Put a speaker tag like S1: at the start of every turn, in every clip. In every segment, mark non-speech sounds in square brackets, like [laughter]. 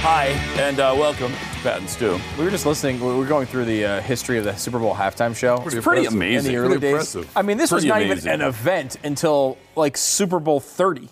S1: Hi, and uh, welcome to Pat and Stu.
S2: We were just listening. We were going through the uh, history of the Super Bowl halftime show. It
S1: was pretty amazing.
S2: In the early
S1: Pretty
S2: days.
S1: impressive.
S2: I mean, this was
S1: Pretty
S2: not
S1: amazing.
S2: even an event until like Super Bowl 30.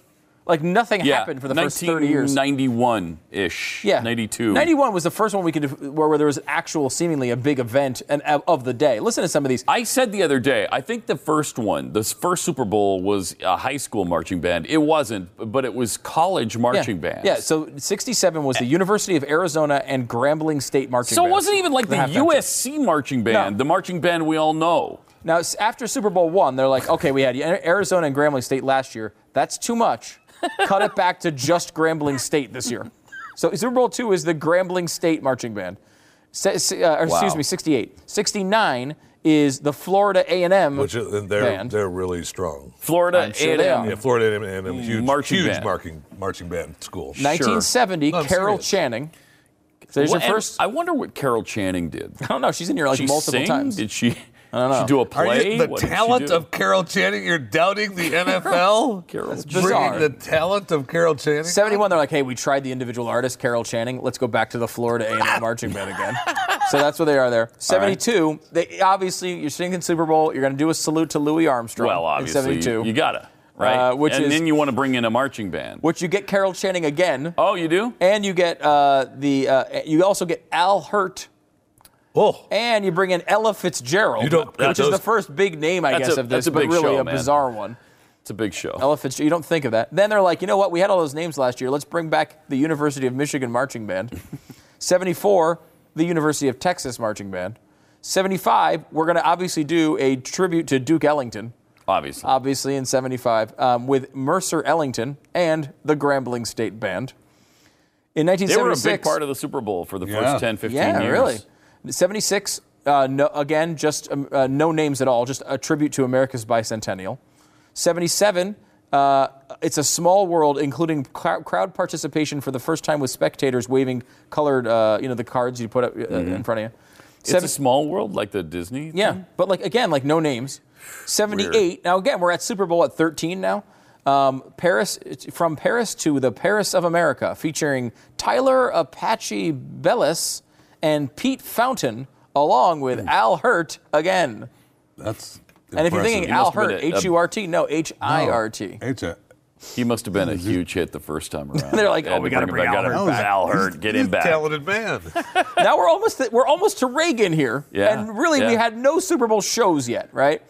S2: Like nothing happened for the first 30 years.
S1: 91 ish.
S2: Yeah.
S1: 92.
S2: 91 was the first one we could where, where there was actual seemingly a big event and of of the day. Listen to some of these.
S1: I said the other day, I think the first one, this first Super Bowl was a high school marching band. It wasn't, but it was college marching
S2: yeah.
S1: bands.
S2: Yeah, so 67 was the University of Arizona and Grambling State marching
S1: So it
S2: bands.
S1: wasn't even like the
S2: halftime show.
S1: USC marching band,
S2: No.
S1: the marching band we all know.
S2: Now, s- after Super Bowl one, they're like, okay, we had Arizona and Grambling State last year. That's too much. Cut it back to just Grambling State this year. So Super Bowl two is the Grambling State marching band. Se- se- uh, or Excuse
S1: Wow.
S2: me, 68. 69 is the Florida A&M
S3: Which is, and they're
S2: band.
S3: they're really strong.
S1: Florida
S2: I'm sure they
S1: A&M.
S2: are.
S3: Yeah, Florida A&M and a huge
S1: Mm, Marching
S3: huge
S1: band.
S3: marching marching band school.
S2: 1970,
S3: No, I'm
S2: Carol
S3: serious.
S2: Channing. So there's
S1: What-
S2: your
S1: and
S2: first.
S1: I wonder what Carol Channing did.
S2: [laughs] I don't know. She's in here like
S1: she
S2: multiple
S1: sing?
S2: times.
S1: Did she? I don't know. She do a
S3: Are
S1: play.
S3: you the
S1: What did she
S3: talent
S1: do?
S3: of Carol Channing? You're doubting
S1: [laughs]
S3: the NFL?
S1: Carol That's
S3: Bringing
S2: bizarre.
S3: the talent of Carol Channing?
S2: 71, they're like, hey, we tried the individual artist, Carol Channing. Let's go back to the Florida
S1: [laughs]
S2: A&M marching band again. So that's where they are there. 72, they obviously, you're singing Super Bowl. You're going to do a salute to Louis Armstrong
S1: Well, obviously,
S2: in
S1: you,
S2: 72,
S1: you gotta right.
S2: Uh, which
S1: and
S2: is-
S1: then you want to bring in a marching band.
S2: which you get Carol Channing again.
S1: Oh, you do?
S2: And you get uh, the, uh, you also get Al Hurt.
S3: oh,
S2: And you bring in Ella Fitzgerald,
S3: You don't-
S2: which is
S1: those-
S2: the first big name, I
S1: That's
S2: guess,
S1: a-
S2: of
S1: that's
S2: this,
S1: a
S2: but
S1: big
S2: really
S1: show,
S2: a
S1: man.
S2: bizarre one.
S1: It's a big show.
S2: Ella Fitzgerald, you don't think of that. Then they're like, you know what? We had all those names last year. Let's bring back the University of Michigan Marching
S1: [laughs]
S2: Band. 74, the University of Texas Marching Band. 75, we're going to obviously do a tribute to Duke Ellington,
S1: Obviously.
S2: obviously in 75, um, with Mercer Ellington and the Grambling State Band. In
S1: they were a
S2: 1976,
S1: big part of the Super Bowl for the
S3: Yeah.
S1: first 10, 15
S2: yeah,
S1: years.
S2: really. 76, uh, no, again, just um, uh, no names at all, just a tribute to America's bicentennial. 77, uh, it's a small world, including clou- crowd participation for the first time with spectators waving colored, uh, you know, the cards you put up uh, in front of you.
S1: Mm-hmm. It's a
S2: Seven-
S1: small world like the Disney.
S2: yeah,
S1: thing.
S2: but like again, like no names. 78. Now again, we're at Super Bowl at 13 now. Um, Paris it's from Paris to the Paris of America, featuring Tyler Apache Bellis and Pete Fountain, along with
S1: Mm.
S2: Al Hurt again.
S3: that's
S2: And if you're thinking
S1: must
S2: Al
S1: have
S2: Hurt,
S1: been a- a-
S2: H U R T, no H I R T.
S1: He must have been a huge hit the first
S2: [laughs]
S1: time around.
S2: They're like,
S1: Had
S2: oh,
S1: to
S2: we gotta bring
S1: him back,
S2: Al
S1: gotta
S2: Hurt
S1: bring Al Hurt, get him back.
S3: talented man.
S2: [laughs] now we're almost we're almost to Reagan here,
S1: Yeah,
S2: and really we
S1: yeah.
S2: had no Super Bowl shows yet, right?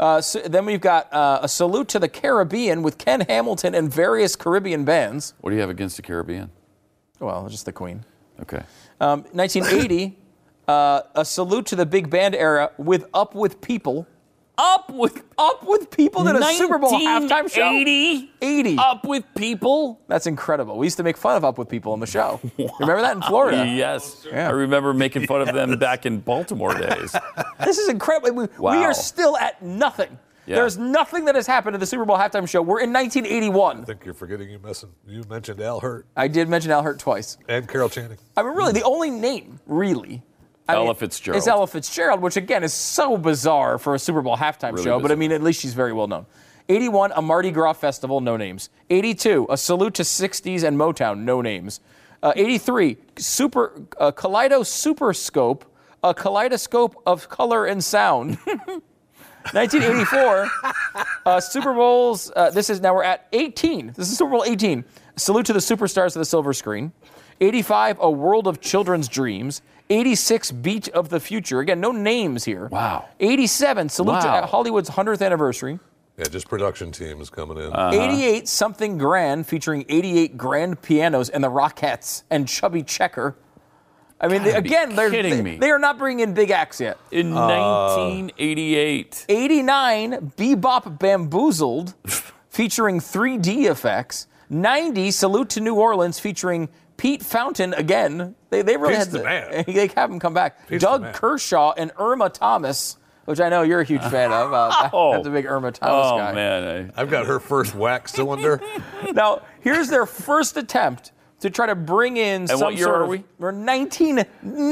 S2: Uh, so then we've got uh, a salute to the Caribbean with Ken Hamilton and various Caribbean bands.
S1: What do you have against the Caribbean?
S2: Well, just the Queen.
S1: Okay.
S2: Um, 1980, uh, a salute to the big band era with "Up with People."
S1: Up with
S2: Up with people did a Super Bowl halftime show.
S1: 80.
S2: 80.
S1: Up with people.
S2: That's incredible. We used to make fun of "Up with People" on the [laughs] show. Remember that in Florida?
S1: Yes.
S2: Yeah.
S1: I remember making fun of them back in Baltimore
S2: [laughs]
S1: days.
S2: This is incredible. We, we
S1: Wow.
S2: are still at nothing.
S1: Yeah.
S2: There's nothing that has happened at the Super Bowl halftime show. We're in 1981.
S3: I think you're forgetting you, messin- you mentioned Al Hurt
S2: I did mention Al Hurt twice.
S3: and Carol Channing.
S2: I mean, really, the only name, really. I
S1: Ella
S2: mean,
S1: Fitzgerald.
S2: Is Ella Fitzgerald, which again is so bizarre for a Super Bowl halftime
S1: Really
S2: show, but I
S1: bizarre.
S2: mean, at least she's very well known. 81, a Mardi Gras festival, no names. 82, a salute to 60s and Motown, no names. Uh, 83, super, uh, [laughs] Kaleido Super Scope, a kaleidoscope of color and sound. 1984, uh, Super Bowls. Uh, this is now we're at 18. This is Super Bowl 18. Salute to the superstars of the silver screen. 85, A World of Children's Dreams. 86, Beat of the Future. Again, no names here.
S1: Wow.
S2: 87, Salute
S1: Wow.
S2: to Hollywood's 100th anniversary.
S3: Yeah, just production teams coming in.
S1: Uh-huh.
S2: 88, Something Grand, featuring 88 grand pianos and the Rockettes and Chubby Checker. I mean, they,
S1: be
S2: again, they're
S1: kidding
S2: they-
S1: me.
S2: they are not bringing in big acts yet.
S1: In 1988.
S2: 89 Bebop
S3: [laughs]
S2: Bamboozled featuring 3D effects. 90 Salute to New Orleans featuring Pete Fountain again. They, they really
S3: Pete's
S2: had
S3: the man.
S2: [laughs] They have him come back.
S3: Pete's the man.
S2: Doug Kershaw and Irma Thomas, which I know you're a huge fan of.
S3: [laughs]
S2: Uh, That's a big Irma Thomas
S1: Oh,
S2: guy.
S1: man. I-
S3: I've got her first
S1: [laughs]
S3: wax cylinder.
S2: Now, here's their first attempt to try to bring in some
S1: what year
S2: sort
S1: are
S2: of-
S1: we?
S2: We're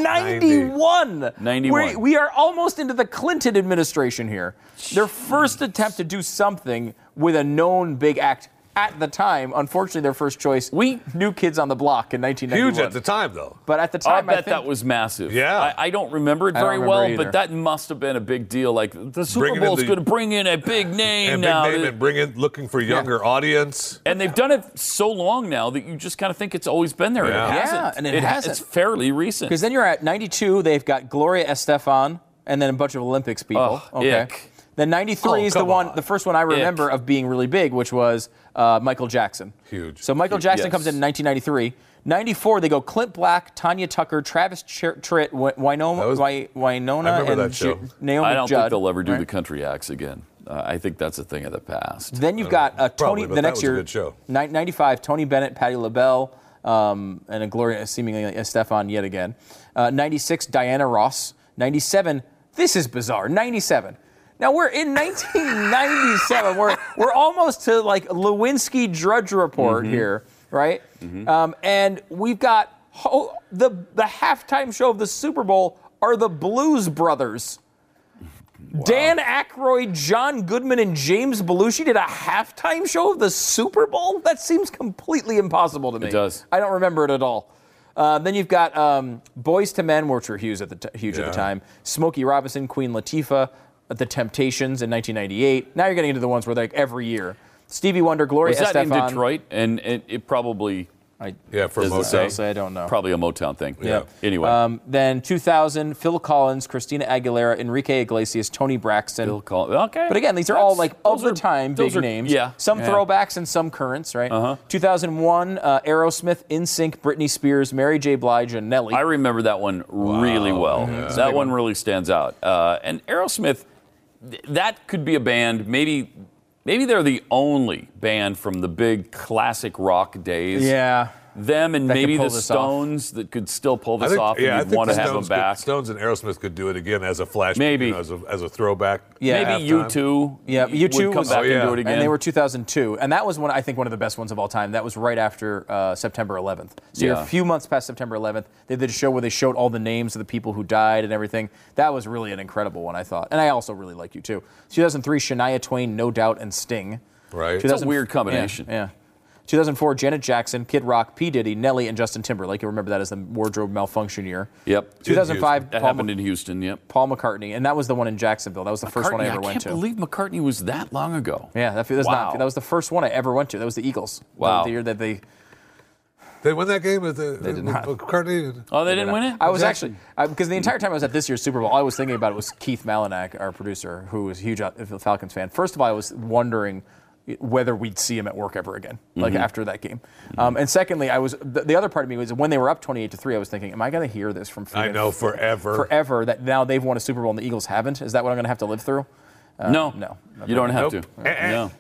S2: 1991.
S1: 91.
S2: We, we are almost into the Clinton administration here. Their first attempt to do something with a known big act at the time. Unfortunately, their first choice.
S1: We-
S2: New Kids on the Block in 1991.
S3: Huge at the time, though.
S2: But at the
S1: I
S2: time,
S1: bet
S2: think,
S1: that was massive.
S3: Yeah.
S1: I, I don't remember it
S2: I don't
S1: very
S2: remember
S1: well,
S2: either.
S1: but that must have been a big deal. Like, the Super
S3: Bringing in
S1: Bowl's
S3: the-
S1: going to bring in a
S3: [laughs]
S1: big name
S3: And big
S1: now.
S3: name and bring in looking for younger audience.
S1: And they've done it so long now that you just kind of think it's always been there.
S3: Yeah.
S1: It
S3: Yeah,
S1: hasn't.
S2: and it
S1: ha-
S2: hasn't.
S1: It's fairly recent.
S2: Because then you're at 92, they've got Gloria Estefan and then a bunch of Olympics people.
S1: Ugh, ick.
S2: Then 93
S3: Oh,
S2: is the
S3: come
S2: one,
S3: on.
S2: the first one I remember of being really big, which was uh, Michael Jackson.
S3: Huge.
S2: So Michael
S1: Huge,
S2: Jackson
S1: yes.
S2: comes in 1993. 94, they go Clint Black, Tanya Tucker, Travis Ch- Tritt, Wy- Wynoma,
S3: That was-
S2: Wy-
S3: I
S2: Wynonna,
S3: remember
S2: and
S3: that show.
S2: Ju- Naomi
S1: I don't
S2: Judd.
S1: think they'll ever do the country acts again. Uh, I think that's a thing of the past.
S2: Then you've got uh,
S3: Probably,
S2: Tony.
S3: but
S2: the
S3: that
S2: next
S3: was a
S2: year,
S3: good show.
S2: ni- 95, Tony Bennett, Patti LaBelle, um, and a Gloria seemingly Estefan yet again. Uh, 96, Diana Ross. 97, this is bizarre. 97. Now we're in [laughs] 1997. we're we're almost to like Lewinsky Drudge Report
S3: Mm-hmm.
S2: here, right? Um, and we've got ho- the the halftime show of the Super Bowl are the Blues Brothers. Dan Aykroyd, John Goodman, and James Belushi did a halftime show of the Super Bowl? That seems completely impossible to me.
S1: does.
S2: I don't remember it at all. Uh, then you've got um, Boys to Men, which were huge at the, t- huge at
S3: Yeah.
S2: the time. Smokey Robinson, Queen Latifah, The Temptations in 1998. Now you're getting into the ones where like every year. Stevie Wonder, Gloria
S1: Was that in
S2: Estefan.
S1: Detroit? And it, it probably
S2: I,
S3: Yeah, for
S1: Does it
S3: most
S1: say?
S2: honestly, I don't know.
S1: probably a Motown thing.
S3: Yeah.
S1: Anyway,
S2: Um, then 2000, Phil Collins, Christina Aguilera, Enrique Iglesias, Tony Braxton.
S1: Bill Col- okay.
S2: But again, these are
S1: That's-
S2: all like of
S1: those
S2: the
S1: are-
S2: time
S1: those
S2: big
S1: are-
S2: names.
S1: Yeah.
S2: Some
S1: yeah.
S2: throwbacks and some currents, right? Uh-huh. 2001, uh, Aerosmith, InSync, Britney Spears, Mary J. Blige, and Nelly.
S1: I remember that one really well. That one really stands out. Uh, and Aerosmith, th- that could be a band. Maybe, maybe they're the only band from the big classic rock days.
S2: yeah.
S1: Them and
S2: That could
S1: maybe the
S2: pull this off.
S1: Stones that could still pull
S3: I
S1: this
S3: think,
S1: off, and
S3: yeah, I
S1: you'd
S3: think
S1: want to
S3: the
S1: have them
S3: Stones
S1: back.
S3: Could, Stones and Aerosmith could do it again as a flash,
S1: Maybe.
S3: you know, as, a, as a throwback.
S2: Yeah.
S1: Maybe
S3: halftime.
S1: you two,
S2: Yeah, U2
S1: would come
S2: was-
S1: back
S3: Oh, yeah.
S1: and do it again.
S2: And they were 2002, and that was one I think one of the best ones of all time. That was right after uh, September 11th. So you're
S1: Yeah.
S2: a few months past September 11th. They did a show where they showed all the names of the people who died and everything. That was really an incredible one, I thought, and I also really like you too. 2003, Shania Twain, No Doubt, and Sting.
S3: Right.
S2: 2000
S1: It's a weird combination.
S2: Yeah. yeah. 2004, Janet Jackson, Kid Rock, P. Diddy, Nelly, and Justin Timberlake. You remember that as the wardrobe malfunction year.
S1: Yep.
S2: 2005,
S1: That
S2: Paul,
S1: happened in Houston. Yep.
S2: Paul McCartney, and that was the one in Jacksonville. That was the first one I
S1: McCartney,
S2: ever went
S1: can't
S2: to.
S1: believe McCartney was that long ago.
S2: Yeah, that, that's
S1: Wow.
S2: not, that was the first one I ever went to. That was the Eagles. That was
S1: Wow.
S2: The year that they.
S3: They won that game with, the, they
S2: did
S3: with
S2: not.
S3: McCartney.
S1: Oh, they didn't win it.
S2: I was actually I- because the entire time I was at this year's Super Bowl, all I was thinking about it was Keith Malinak, our producer, who was a huge Al- Falcons fan. First of all, I was wondering whether we'd see him at work ever again, like
S3: Mm-hmm.
S2: after that game. Um, and secondly, I was the, the other part of me was when they were up twenty-eight to three, I was thinking, am I going to hear this from?
S3: I
S2: friggin'
S3: know, forever.
S2: Forever that now they've won a Super Bowl and the Eagles haven't. Is that what I'm going to have to live through?
S1: no,
S2: uh, no.
S1: you don't have
S3: Nope. Eh,
S1: to.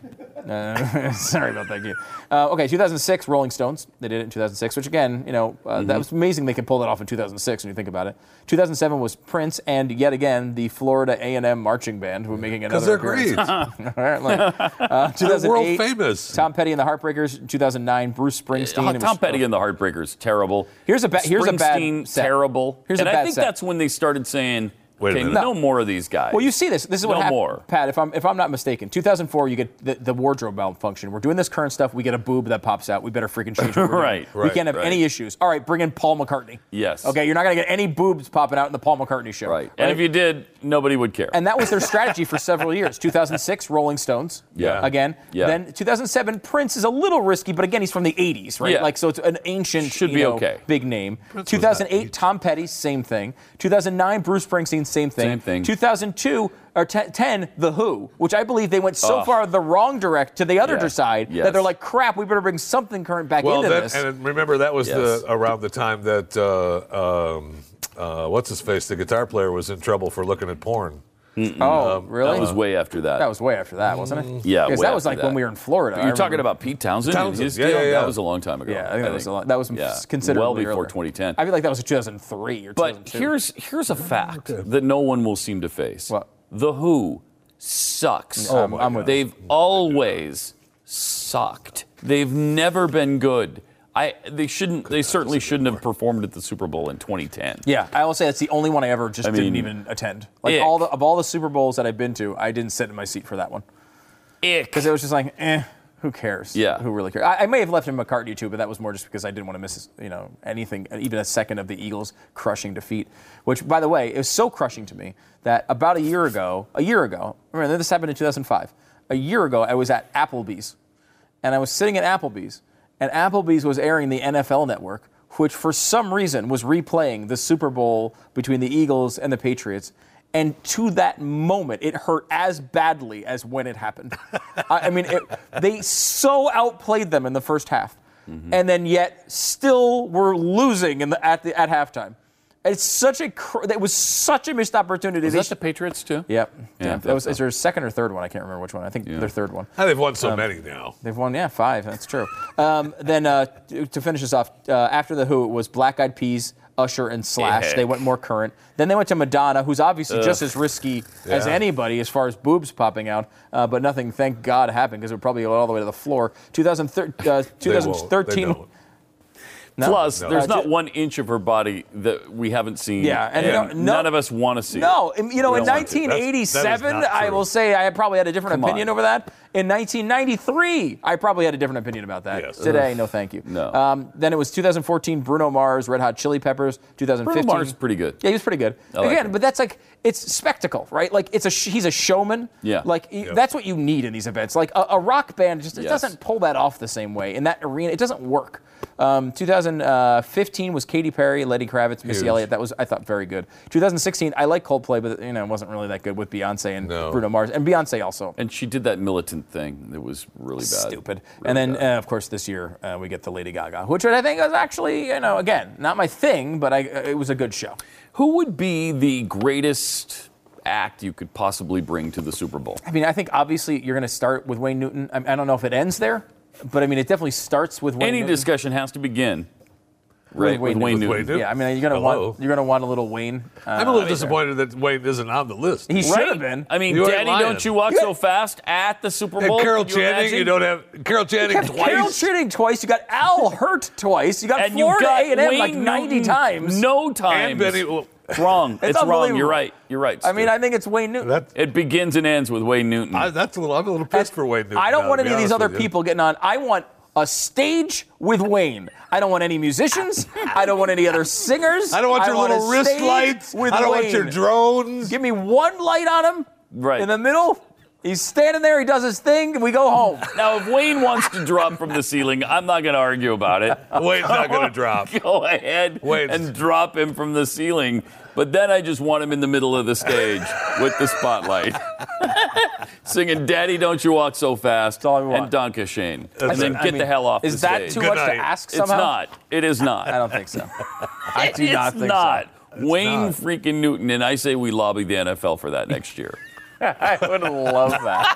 S1: no.
S2: [laughs] Sorry about that, Keith. Uh, okay, 2006, Rolling Stones. They did it in 2006, which again, you know, uh,
S3: Mm-hmm.
S2: that was amazing. They could pull that off in 2006 when you think about it. 2007 was Prince, and yet again, the Florida A&M marching band were making
S3: Because
S2: another
S3: they're
S2: appearance.
S1: [laughs]
S3: great.
S2: [laughs]
S3: they're
S2: Apparently,
S3: [laughs]
S2: uh, 2008,
S3: world famous.
S2: Tom Petty and the Heartbreakers. 2009, Bruce Springsteen.
S1: Oh,
S2: It was-
S1: Tom Petty and the Heartbreakers, terrible.
S2: Here's a ba- here's a bad
S1: Springsteen,
S2: set.
S1: terrible.
S2: Here's a
S1: and I
S2: bad
S1: think
S2: set.
S1: that's when they started saying,
S3: Wait a
S1: Okay,
S3: minute.
S1: no more of these guys.
S2: Well, you see this. This is what
S1: No
S2: happened,
S1: more.
S2: Pat. If I'm if I'm not mistaken, 2004, you get the, the wardrobe malfunction. We're doing this current stuff. We get a boob that pops out. We better freaking change. What we're doing.
S1: Right,
S2: We
S3: right,
S2: can't have
S1: right.
S2: any issues. All right, bring in Paul McCartney.
S1: Yes.
S2: Okay, you're not gonna get any boobs popping out in the Paul McCartney show.
S1: right. And if you did, nobody would care.
S2: And that was their strategy for several years. 2006, Rolling Stones.
S1: Yeah.
S2: Again.
S1: Yeah.
S2: Then 2007, Prince is a little risky, but again, he's from the 80s, right?
S1: Yeah.
S2: Like, so it's an ancient,
S1: Should
S2: you
S1: be
S2: know,
S1: okay.
S2: big name.
S3: Prince was not
S2: 2008, Tom Petty, same thing. 2009, Bruce Springsteen, same thing.
S1: Same thing.
S2: 2002 or 10, 10, The Who, which I believe they went so
S1: Ugh.
S2: far the wrong direct to the other
S1: Yeah.
S2: side
S1: Yes.
S2: that they're like, crap, we better bring something current back
S3: Well,
S2: into
S3: that,
S2: this.
S3: and remember that was
S1: Yes.
S3: the around the time that uh, um, uh, what's his face, the guitar player, was in trouble for looking at porn.
S2: oh,
S3: um,
S2: really?
S1: that
S3: Uh,
S1: was way after that.
S2: That was way after that, wasn't it?
S1: Yeah,
S2: because
S1: way
S2: that was
S1: after
S2: like
S1: that.
S2: when we were in Florida. I
S1: You're talking
S2: remember.
S1: about Pete Townsend, and
S3: Townsend,
S1: his
S3: yeah,
S1: deal?
S3: yeah, yeah.
S1: That was a long time ago.
S2: Yeah, I think that was a lot. That was
S1: Yeah.
S2: considerably
S1: well before
S2: earlier.
S1: 2010.
S2: I feel like that was 2003 or
S1: But
S2: 2002.
S1: here's here's a fact that no one will seem to face.
S2: What?
S1: The Who sucks.
S2: Oh, I'm- my I'm with God. you.
S1: They've always sucked. They've never been good. I they shouldn't they certainly shouldn't have performed at the Super Bowl in 2010.
S2: yeah, I will say that's the only one I ever just
S1: I mean,
S2: didn't even attend. Like
S1: ick.
S2: all the, of all the Super Bowls that I've been to, I didn't sit in my seat for that one
S1: Ick.
S2: because it was just like, eh, who cares?
S1: Yeah.
S2: who really cares? I, I may have left in McCartney too, but that was more just because I didn't want to miss you know anything, even a second of the Eagles' crushing defeat. Which, by the way, it was so crushing to me that about a year ago, a year ago, remember this happened in 2005. A year ago, I was at Applebee's. and I was sitting at Applebee's, and Applebee's was airing the NFL Network, which for some reason was replaying the Super Bowl between the Eagles and the Patriots. And to that moment, it hurt as badly as when it happened. I, I mean, it, they so outplayed them in the first half,
S1: Mm-hmm.
S2: and then yet still were losing in the, at the at halftime. It's such a cr- that was such a missed opportunity.
S1: Is
S2: They
S1: that
S2: sh-
S1: the Patriots too?
S2: Yep.
S1: Yeah,
S2: Yeah.
S1: I
S2: That
S1: thought
S2: was
S1: so.
S2: it's their second or third one. I can't remember which one. I think their third one.
S3: Ah, They've won
S1: Um,
S3: so many now.
S2: They've won, yeah, five. That's true. um, then uh, to to finish this off, uh, after the Who, it was Black Eyed Peas, Usher, and Slash.
S1: Ick.
S2: They went more current. Then they went to Madonna, who's obviously just as risky as
S3: Yeah.
S2: anybody as far as boobs popping out, uh, but nothing, thank God, happened because it would probably go all the way to the floor. 2013. Uh,
S3: They won't. They
S2: 2013
S1: [laughs]
S3: don't.
S2: no?
S1: Plus, there's
S2: Uh,
S1: not
S2: ju-
S1: one inch of her body that we haven't seen.
S2: Yeah, and no- no-
S1: none of us want to see.
S2: No,
S1: it.
S2: in- you know,
S1: We
S2: in
S1: don't want to.
S3: That's- that is
S2: 1987,
S3: not
S2: I
S3: true.
S2: will say I probably had a different
S1: Come
S2: opinion
S1: on.
S2: over that. In 1993, I probably had a different opinion about that.
S3: Yes.
S2: Today, no, thank you.
S1: No.
S2: Um, then it was 2014, Bruno Mars, Red Hot Chili Peppers. 2015,
S1: Bruno Mars pretty good.
S2: Yeah, he was pretty good.
S1: like
S2: Again,
S1: him.
S2: but that's like it's spectacle, right? Like it's a sh- he's a showman.
S1: Yeah.
S2: Like he-
S3: Yeah.
S2: that's what you need in these events. Like a, a rock band just it
S1: Yes.
S2: doesn't pull that off the same way in that arena. It doesn't work. Um, 2015 was Katy Perry, Lenny Kravitz, Missy
S3: Huge.
S2: Elliott. That was I thought very good. 2016, I like Coldplay, but you know it wasn't really that good with Beyonce and
S3: No.
S2: Bruno Mars and Beyonce also.
S1: And she did that militant thing that was really bad.
S2: Stupid.
S1: Really
S2: and then,
S1: bad.
S2: uh, of course, this year uh, we get the Lady Gaga, which I think was actually, you know, again, not my thing, but I, it was a good show.
S1: Who would be the greatest act you could possibly bring to the Super Bowl?
S2: I mean, I think obviously you're going to start with Wayne Newton. I, I don't know if it ends there, but I mean, it definitely starts with Wayne.
S1: Any
S2: Newton.
S1: discussion has to begin right with Wayne,
S2: Wayne Newton.
S1: Newton.
S3: Wayne Newton.
S2: Yeah, I mean, you're going to
S3: Hello.
S2: want you're going to want a little Wayne. Uh,
S3: I'm a little disappointed that Wayne isn't on the list.
S2: he
S1: Right?
S2: should have been.
S1: I mean,
S3: You ain't
S1: Daddy,
S3: lying.
S1: don't you walk so fast at the Super
S3: and
S1: Bowl?
S3: Carol
S1: Can you
S3: Channing,
S1: imagine?
S3: you don't have Carol
S1: [laughs]
S3: Channing
S2: You got
S3: twice.
S2: Carol Channing twice. You got Al Hurt twice. You got
S1: and you
S2: Florida
S1: got
S2: A&M like
S1: Wayne
S2: 90
S1: Newton
S2: times.
S1: No
S3: and
S1: times.
S3: Benny. Well,
S1: It's wrong. It's, wrong. You're
S2: unbelievable.
S1: right. You're right.
S2: I mean,
S1: Stu.
S2: I think it's Wayne Newton.
S3: that,
S1: it begins and ends with Wayne Newton.
S3: I, that's a little. I'm a little pissed for Wayne. Newton,
S2: I don't
S3: now,
S2: want
S3: to be
S2: any of these
S3: honest
S2: other
S3: with you.
S2: people getting on. I want a stage with Wayne. I don't want any musicians. I don't want any other singers.
S3: [laughs] I don't want your
S2: a
S3: little wrist
S2: stage
S3: lights.
S2: With
S3: I don't
S2: Wayne.
S3: want your drones.
S2: Give me one light on him.
S1: Right.
S2: In the middle. He's standing there. He does his thing. And we go home.
S1: now, if Wayne wants to drop from the ceiling, I'm not going to argue about it.
S3: Wayne's
S2: [laughs]
S3: not going to drop.
S1: [laughs] Go ahead
S3: Wayne's-
S1: and drop him from the ceiling. But then I just want him in the middle of the
S2: [laughs]
S1: stage with the spotlight, [laughs] singing "Daddy, Don't You Walk So Fast"
S2: all I want.
S1: and "Donka Shane," [laughs] and then
S3: it.
S1: get
S2: I mean,
S1: the hell off
S2: Is
S1: the
S2: that
S1: stage.
S2: too
S3: Good
S2: much
S3: night.
S2: to ask
S1: It's
S2: somehow?
S1: not. It is not.
S2: I don't
S1: [laughs]
S2: think so. I do
S1: it's
S2: not think
S1: not.
S2: so.
S1: Wayne freaking Newton, and I say we lobby the NFL for that next year.
S2: I would love that.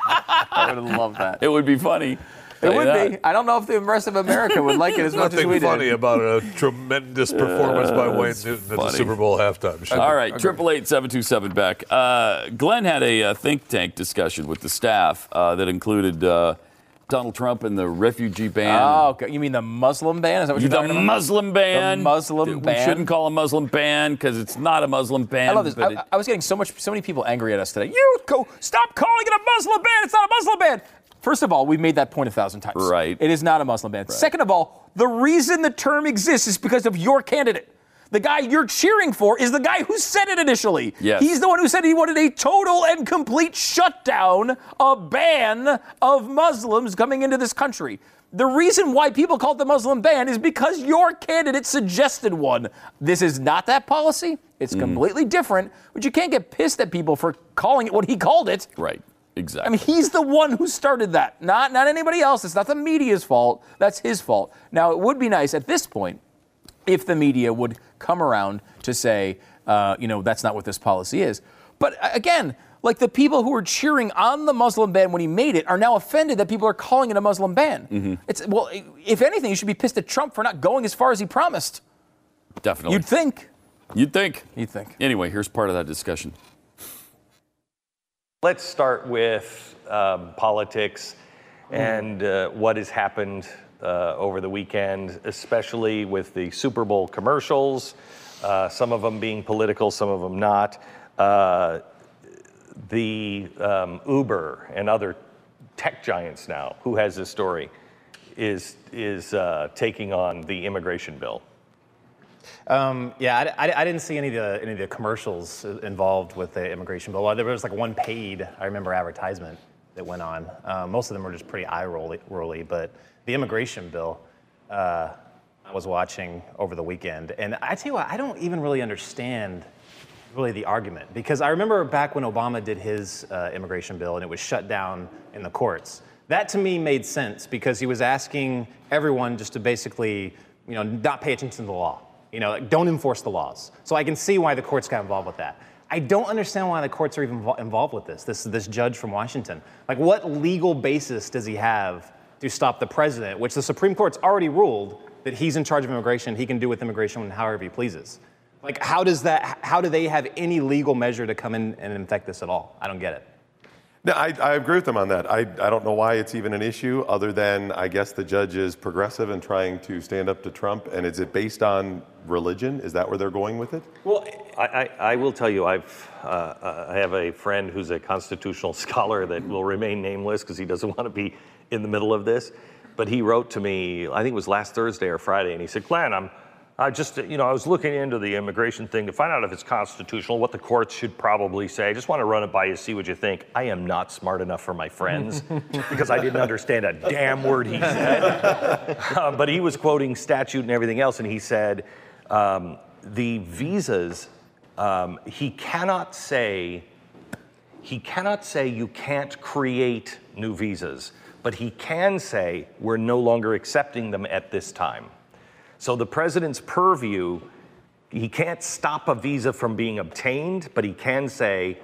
S2: I would love that.
S1: It would be funny.
S2: It would be. I don't know if the rest of America would like it
S1: [laughs]
S2: as much as we
S3: Nothing
S2: did.
S3: funny about a tremendous performance by Wayne Newton at the
S1: funny.
S3: Super Bowl halftime show.
S1: All right, triple eight seven two seven back. Uh, Glenn had a uh, think tank discussion with the staff uh, that included uh, Donald Trump and the refugee ban.
S2: Oh, okay. you mean the Muslim ban? Is that what
S1: You-
S2: you're
S1: the
S2: talking about?
S1: Muslim ban.
S2: The Muslim
S1: we
S2: ban.
S1: shouldn't call a Muslim ban because it's not a Muslim ban.
S2: I love this.
S1: but
S2: I,
S1: it-
S2: I was getting so much, so many people angry at us today. You co- stop calling it a Muslim ban. It's not a Muslim ban. First of all, we've made that point a thousand times.
S1: Right.
S2: It is not a Muslim ban. Second of all, the reason the term exists is because of your candidate. The guy you're cheering for is the guy who said it initially.
S1: Yes.
S2: He's the one who said he wanted a total and complete shutdown, a ban of Muslims coming into this country. The reason why people call it the Muslim ban is because your candidate suggested one. This is not that policy. It's completely different, but you can't get pissed at people for calling it what he called it.
S1: right. Exactly.
S2: I mean, he's the one who started that, not not anybody else. It's not the media's fault. That's his fault. Now, it would be nice at this point if the media would come around to say, uh, you know, that's not what this policy is. But uh, again, like the people who were cheering on the Muslim ban when he made it are now offended that people are calling it a Muslim ban. It's well, i- if anything, you should be pissed at Trump for not going as far as he promised.
S1: Definitely.
S2: You'd think.
S1: You'd think.
S2: You'd think.
S1: Anyway, here's part of that discussion.
S4: Let's start with um, politics and uh, what has happened uh, over the weekend, especially with the Super Bowl commercials, uh, some of them being political, some of them not. Uh, the um, Uber and other tech giants now, who has this story, is, is uh, taking on the immigration bill.
S5: Um, yeah, I, I- I didn't see any of the any of the commercials involved with the immigration bill. Well, There was like one paid, I remember, advertisement that went on. Uh, most of them were just pretty eye rolly, rolly but the immigration bill uh, I was watching over the weekend, and I tell you what, I don't even really understand really the argument because I remember back when Obama did his uh, immigration bill and it was shut down in the courts. That to me made sense because he was asking everyone just to basically, you know, not pay attention to the law. You know, like, don't enforce the laws. So I can see why the courts got involved with that. I don't understand why the courts are even invol- involved with this. This this judge from Washington. Like, what legal basis does he have to stop the president? Which the Supreme Court's already ruled that he's in charge of immigration. He can do with immigration however he pleases. Like, how does that? How do they have any legal measure to come in and infect this at all? I don't get it.
S6: No, I, I agree with them on that. I, I don't know why it's even an issue, other than I guess the judge is progressive and trying to stand up to Trump. And is it based on religion? Is that where they're going with it?
S4: Well, I, I, I will tell you, I've, uh, uh, I have a friend who's a constitutional [laughs] scholar that will remain nameless because he doesn't want to be in the middle of this. But he wrote to me, I think it was last Thursday or Friday, and he said, Glenn, I'm, I just, you know, I was looking into the immigration thing to find out if it's constitutional, what the courts should probably say. I just want to run it by you, see what you think. I am not smart enough for my friends [laughs] because I didn't understand a damn word he said. Uh, [laughs] but he was quoting statute and everything else, and he said um, the visas. Um, he cannot say he cannot say you can't create new visas, but he can say we're no longer accepting them at this time. So the president's purview, he can't stop a visa from being obtained, but he can say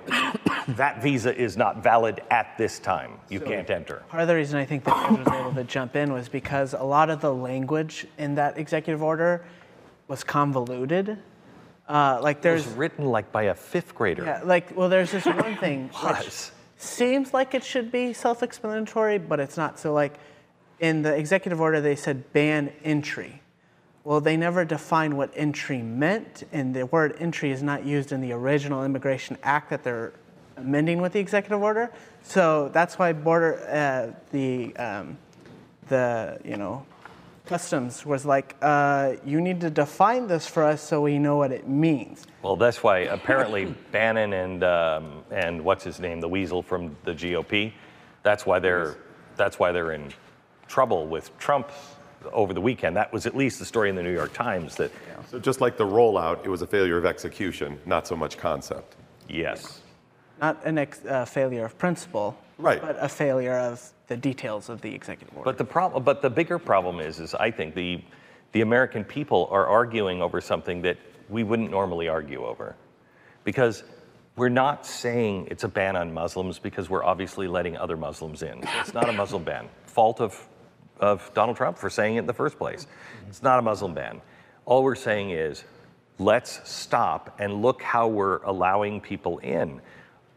S4: that visa is not valid at this time. You can't enter.
S7: Part of the reason I think the president was able to jump in was because a lot of the language in that executive order was convoluted. Uh, like
S4: It
S7: there's,
S4: was written like by a fifth grader.
S7: yeah, like well, there's this one thing which
S4: Was.
S7: seems like it should be self-explanatory, but it's not. So like, in the executive order, they said ban entry. Well, they never defined what entry meant, and the word entry is not used in the original Immigration Act that they're amending with the executive order. So that's why border uh, the um, the you know customs was like uh, you need to define this for us so we know what it means.
S4: Well, that's why apparently Bannon and um, and what's his name, the weasel from the GOP, that's why they're that's why they're in trouble with Trump over the weekend. That was at least the story in the New York Times. That
S6: So just like the rollout, it was a failure of execution, not so much concept.
S4: yes,
S7: Not an ex- uh, failure of principle,
S6: Right.
S7: But a failure of the details of the executive order.
S4: but the problem, but the bigger problem is, is I think the the American people are arguing over something that we wouldn't normally argue over, because. We're not saying it's a ban on Muslims because we're obviously letting other Muslims in. It's not a Muslim ban. Fault of of Donald Trump for saying it in the first place. It's not a Muslim ban. All we're saying is, let's stop and look how we're allowing people in.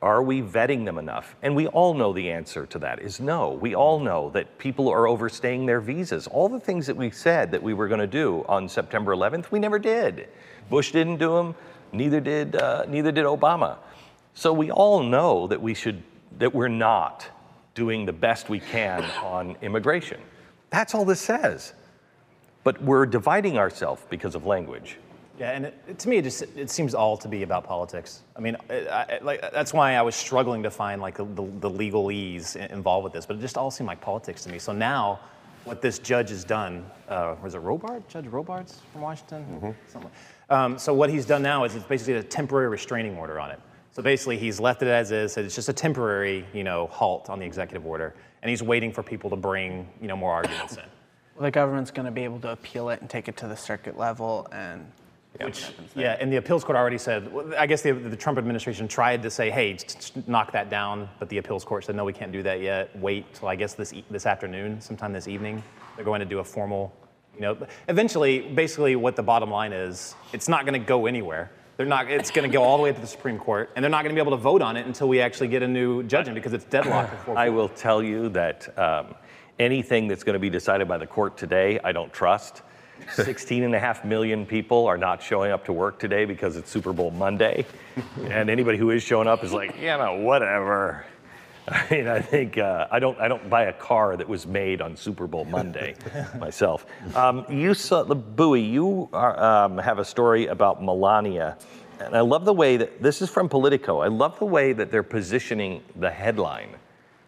S4: Are we vetting them enough? And we all know the answer to that is no. We all know that people are overstaying their visas. All the things that we said that we were going to do on September 11th, we never did. Bush didn't do them. Neither did uh, neither did Obama. So we all know that we should that we're not doing the best we can on immigration. That's all this says. But we're dividing ourselves because of language.
S2: Yeah, and it, to me, it just it seems all to be about politics. I mean, I, I, like that's why I was struggling to find like the, the, the legalese i- involved with this, but it just all seemed like politics to me. So now, what this judge has done, uh, was it Robart, Judge Robarts from Washington, Something like- Um, so what he's done now is it's basically a temporary restraining order on it. So basically, he's left it as is. Said it's just a temporary, you know, halt on the executive order, and he's waiting for people to bring, you know, more arguments in.
S8: The government's going to be able to appeal it and take it to the circuit level and.
S2: Which, yeah, and the appeals court already said, well, I guess the, the Trump administration tried to say, hey, t- t- knock that down, but the appeals court said, no, we can't do that yet. Wait till I guess this, e- this afternoon, sometime this evening. They're going to do a formal, you know, but eventually, basically, what the bottom line is, it's not going to go anywhere. They're not, it's going to go all the way up to the Supreme Court, and they're not going to be able to vote on it until we actually get a new judge in because it's deadlocked before.
S4: I will tell you that um, anything that's going to be decided by the court today, I don't trust. 16 and a half million people are not showing up to work today because it's Super Bowl Monday. and anybody who is showing up is like, you know, whatever. I mean, I think uh, I don't. I don't buy a car that was made on Super Bowl Monday myself. Um, you saw the buoy. You are, um, have a story about Melania, and I love the way that this is from Politico. I love the way that they're positioning the headline,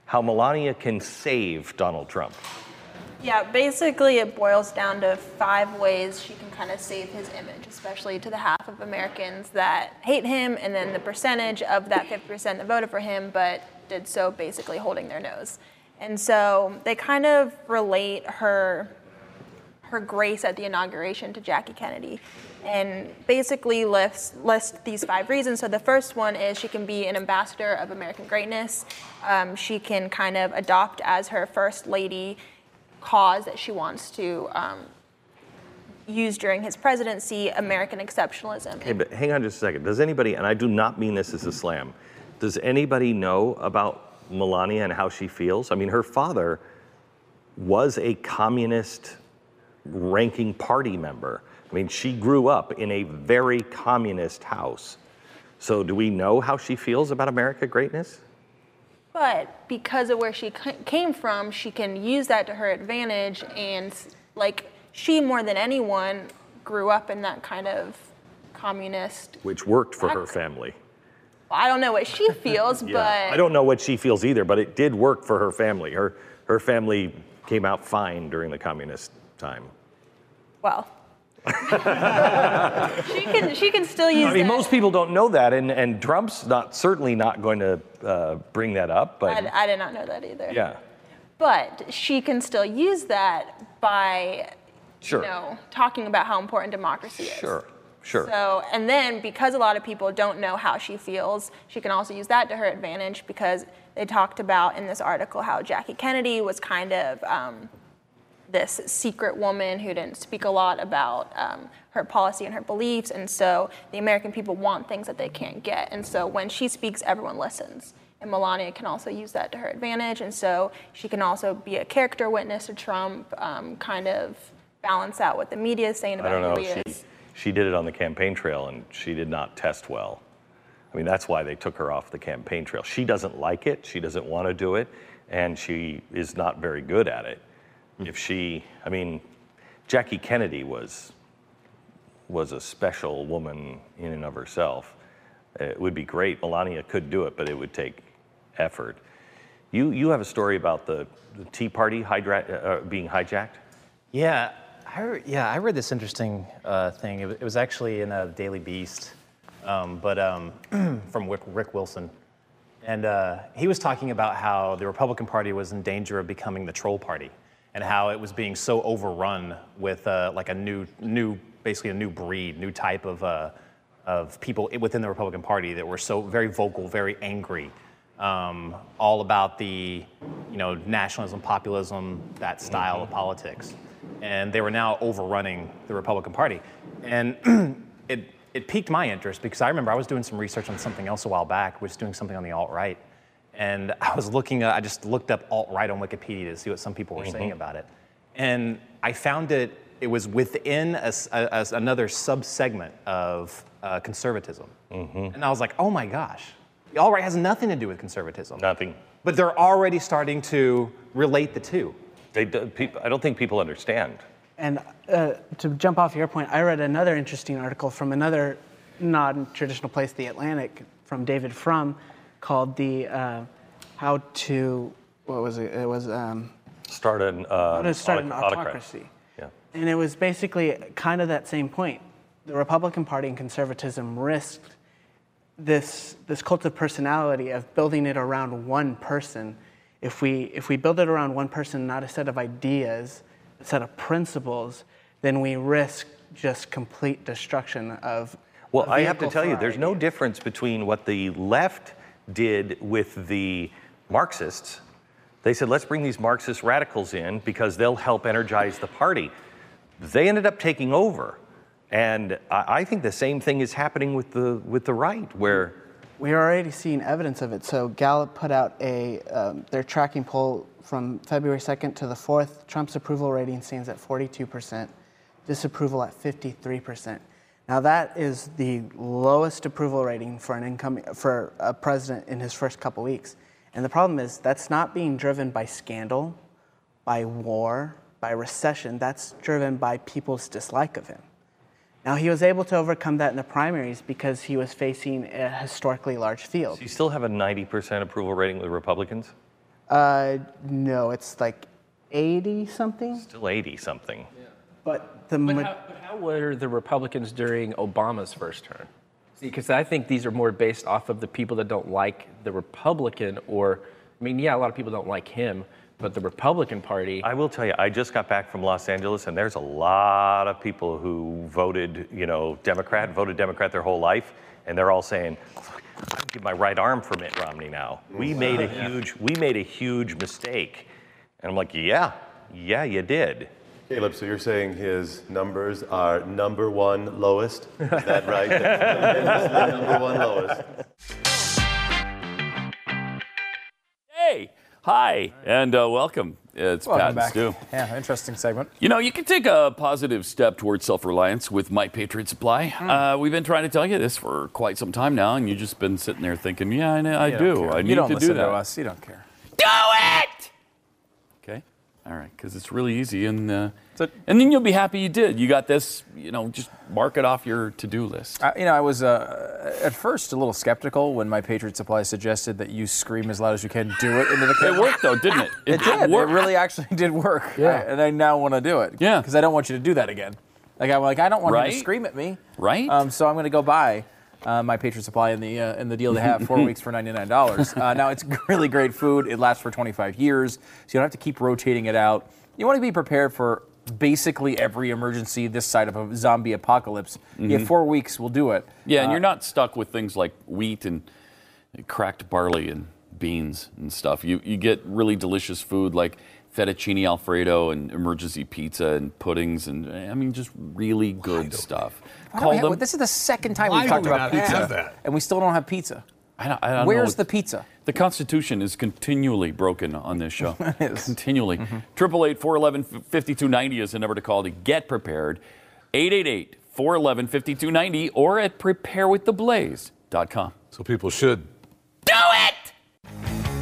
S4: how Melania can save Donald Trump.
S7: Yeah, basically, it boils down to five ways she can kind of save his image, especially to the half of Americans that hate him, and then the percentage of that 50% that voted for him but did so basically holding their nose. And so they kind of relate her her grace at the inauguration to Jackie Kennedy and basically lists, lists these five reasons. So the first one is she can be an ambassador of American greatness. Um, she can kind of adopt as her first lady cause that she wants to um, use during his presidency, American exceptionalism.
S4: Hey, but hang on just a second. Does anybody, and I do not mean this as a slam, does anybody know about Melania and how she feels? I mean, her father was a communist ranking party member. I mean, she grew up in a very communist house. So, do we know how she feels about America greatness?
S7: But because of where she c- came from, she can use that to her advantage. And like she, more than anyone, grew up in that kind of communist.
S4: Which worked for her family.
S7: I don't know what
S4: [laughs]
S7: she feels, but
S4: I don't know what she feels either, but it did work for her family. Her, her family came out fine during the communist time. [laughs]
S7: well. she can she can still use
S4: I mean,
S7: that.
S4: most people don't know that, and, and Trump's not certainly not going to uh, bring that up. But
S7: I, I did not know that either.
S4: yeah,
S7: But she can still use that by
S4: sure,
S7: you know talking about how important democracy is.
S4: sure, sure.
S7: So, and then because a lot of people don't know how she feels, she can also use that to her advantage because they talked about in this article how Jackie Kennedy was kind of um, this secret woman who didn't speak a lot about um, her policy and her beliefs. And so the American people want things that they can't get. And so when she speaks, everyone listens. And Melania can also use that to her advantage. And so she can also be a character witness to Trump, um, kind of balance out what the media is
S4: I
S7: saying about
S4: don't know.
S7: who he
S4: She
S7: is.
S4: she did it on the campaign trail, and she did not test well. I mean, that's why they took her off the campaign trail. She doesn't like it. She doesn't want to do it, and she is not very good at it. If she, I mean, Jackie Kennedy was was a special woman in and of herself. It would be great. Melania could do it, but it would take effort. You you have a story about the, the Tea Party hydra- uh, being hijacked.
S2: Yeah, I, re- yeah, I read this interesting uh, thing. It, wa- it was actually in a Daily Beast, um, but um, [clears throat] from Rick, Rick Wilson, and uh, he was talking about how the Republican Party was in danger of becoming the troll party, and how it was being so overrun with uh, like a new, new, basically a new breed, new type of uh, of people i- within the Republican Party that were so very vocal, very angry. Um, all about the, you know, nationalism, populism, that style of politics and [clears throat] they were now overrunning the Republican Party. And it,
S5: it piqued my interest because I remember I was doing some research on something else a while back, was doing something on the alt right. And [laughs] I was looking, at, I just looked up alt right on Wikipedia to see what some people were saying
S9: Mhm.
S5: about it. And I found it, it was within a s a a s another sub segment of uh, conservatism. And I was like, oh my gosh, the alt right has nothing to do with conservatism.
S4: Nothing.
S5: But they're already starting to relate the two.
S4: They, do- peop- I don't think people understand.
S7: And uh, to jump off your point, I read another interesting article from another non traditional place, The Atlantic, from David Frum, called The uh, How to, what was it? It was, um,
S4: Start an, uh,
S7: How to Start an
S4: autoc- autocrat.
S7: Autocracy.
S4: Yeah.
S7: and it was basically kind of that same point. The Republican Party and conservatism risked this, this cult of personality of building it around one person. If we, if we build it around one person, not a set of ideas, a set of principles, then we risk just complete destruction of.
S4: Well,
S7: a
S4: I have to
S7: vehicle
S4: tell
S7: for
S4: you,
S7: our
S4: there's no difference between what the left did with the Marxists. They said, let's bring these Marxist radicals in because they'll help energize the party. They ended up taking over. And I, I think the same thing is happening with the, with the right, where
S7: We're already seeing evidence of it. So Gallup put out a um, their tracking poll from February 2nd to the 4th. Trump's approval rating stands at 42%, disapproval at 53%. Now that is the lowest approval rating for an incoming for a president in his first couple weeks. And the problem is that's not being driven by scandal, by war, by recession. That's driven by people's dislike of him. Now, he was able to overcome that in the primaries because he was facing a historically large field.
S4: you still have a 90% approval rating with Republicans,
S7: Uh, no, it's like 80 something.
S4: still 80 something.
S7: But the
S10: how, but how were the Republicans during Obama's first term? See, because I think these are more based off of the people that don't like the Republican, or I mean, yeah, a lot of people don't like him, but the Republican Party.
S4: I will tell you, I just got back from Los Angeles, and there's a lot of people who voted, you know, Democrat, voted Democrat their whole life, and they're all saying, "I give my right arm for Mitt Romney now. We
S3: Wow.
S4: made a
S3: Yeah.
S4: huge, we made a huge mistake." And I'm like, "Yeah, yeah, you did."
S6: Caleb, so you're saying his numbers are number one lowest? Is that right? That's the number one lowest.
S1: Hey, hi, and uh, welcome. It's
S2: Welcome
S1: Pat and
S2: back.
S1: Stu.
S2: Yeah, interesting segment.
S1: You know, you can take a positive step towards self reliance with My Patriot Supply.
S2: Hmm.
S1: Uh, we've been trying to tell you this for quite some time now, and you've just been sitting there thinking, yeah, I, know, I
S2: You don't
S1: do.
S2: care.
S1: I need
S2: you don't
S1: to
S2: listen
S1: do that.
S2: To us. You don't care.
S1: Do it! Okay. All right, because it's really easy, and uh, and then you'll be happy you did. You got this. You know, just mark it off your to-do list.
S2: I, you know, I was uh, at first a little skeptical when my Patriot Supply suggested that you scream as loud as you can, do it into the camera.
S1: It worked though, didn't it?
S2: It, did.
S1: work.
S2: It really actually [laughs] did work.
S1: Yeah.
S2: I- and I now want to do it. Yeah. Because I don't want you to do that again. Like I'm like I don't want you
S1: Right?
S2: to scream at me.
S1: Right.
S2: [laughs] Um, so I'm going to go buy uh, my Patriot Supply in the uh, in the deal they have four weeks for ninety nine dollars. Uh, now it's [laughs] really great food. It lasts for twenty five years, so you don't have to keep rotating it out. You want to be prepared for basically every emergency this side of a zombie apocalypse. You
S1: Mhm.
S2: have four weeks. We'll do it.
S1: Yeah, and
S2: Uh,
S1: you're not stuck with things like wheat and cracked barley and beans and stuff. You you get really delicious food like fettuccine alfredo and emergency pizza and puddings and I mean just really good stuff.
S2: Why don't we have- this is the second time
S1: Why
S2: we've
S1: do
S2: talked
S1: we not
S2: about pizza,
S1: have that?
S2: and we still don't have pizza.
S1: I don't, I don't know
S2: Where's
S1: what-
S2: the pizza?
S1: The Constitution is continually broken on this
S2: [laughs]
S1: show. Continually.
S2: Mm-hmm.
S1: Triple eight four eleven fifty two ninety is the number to call to get prepared. 888 411 5290 or at preparewiththeblaze.com.
S3: So people should.
S1: Do it!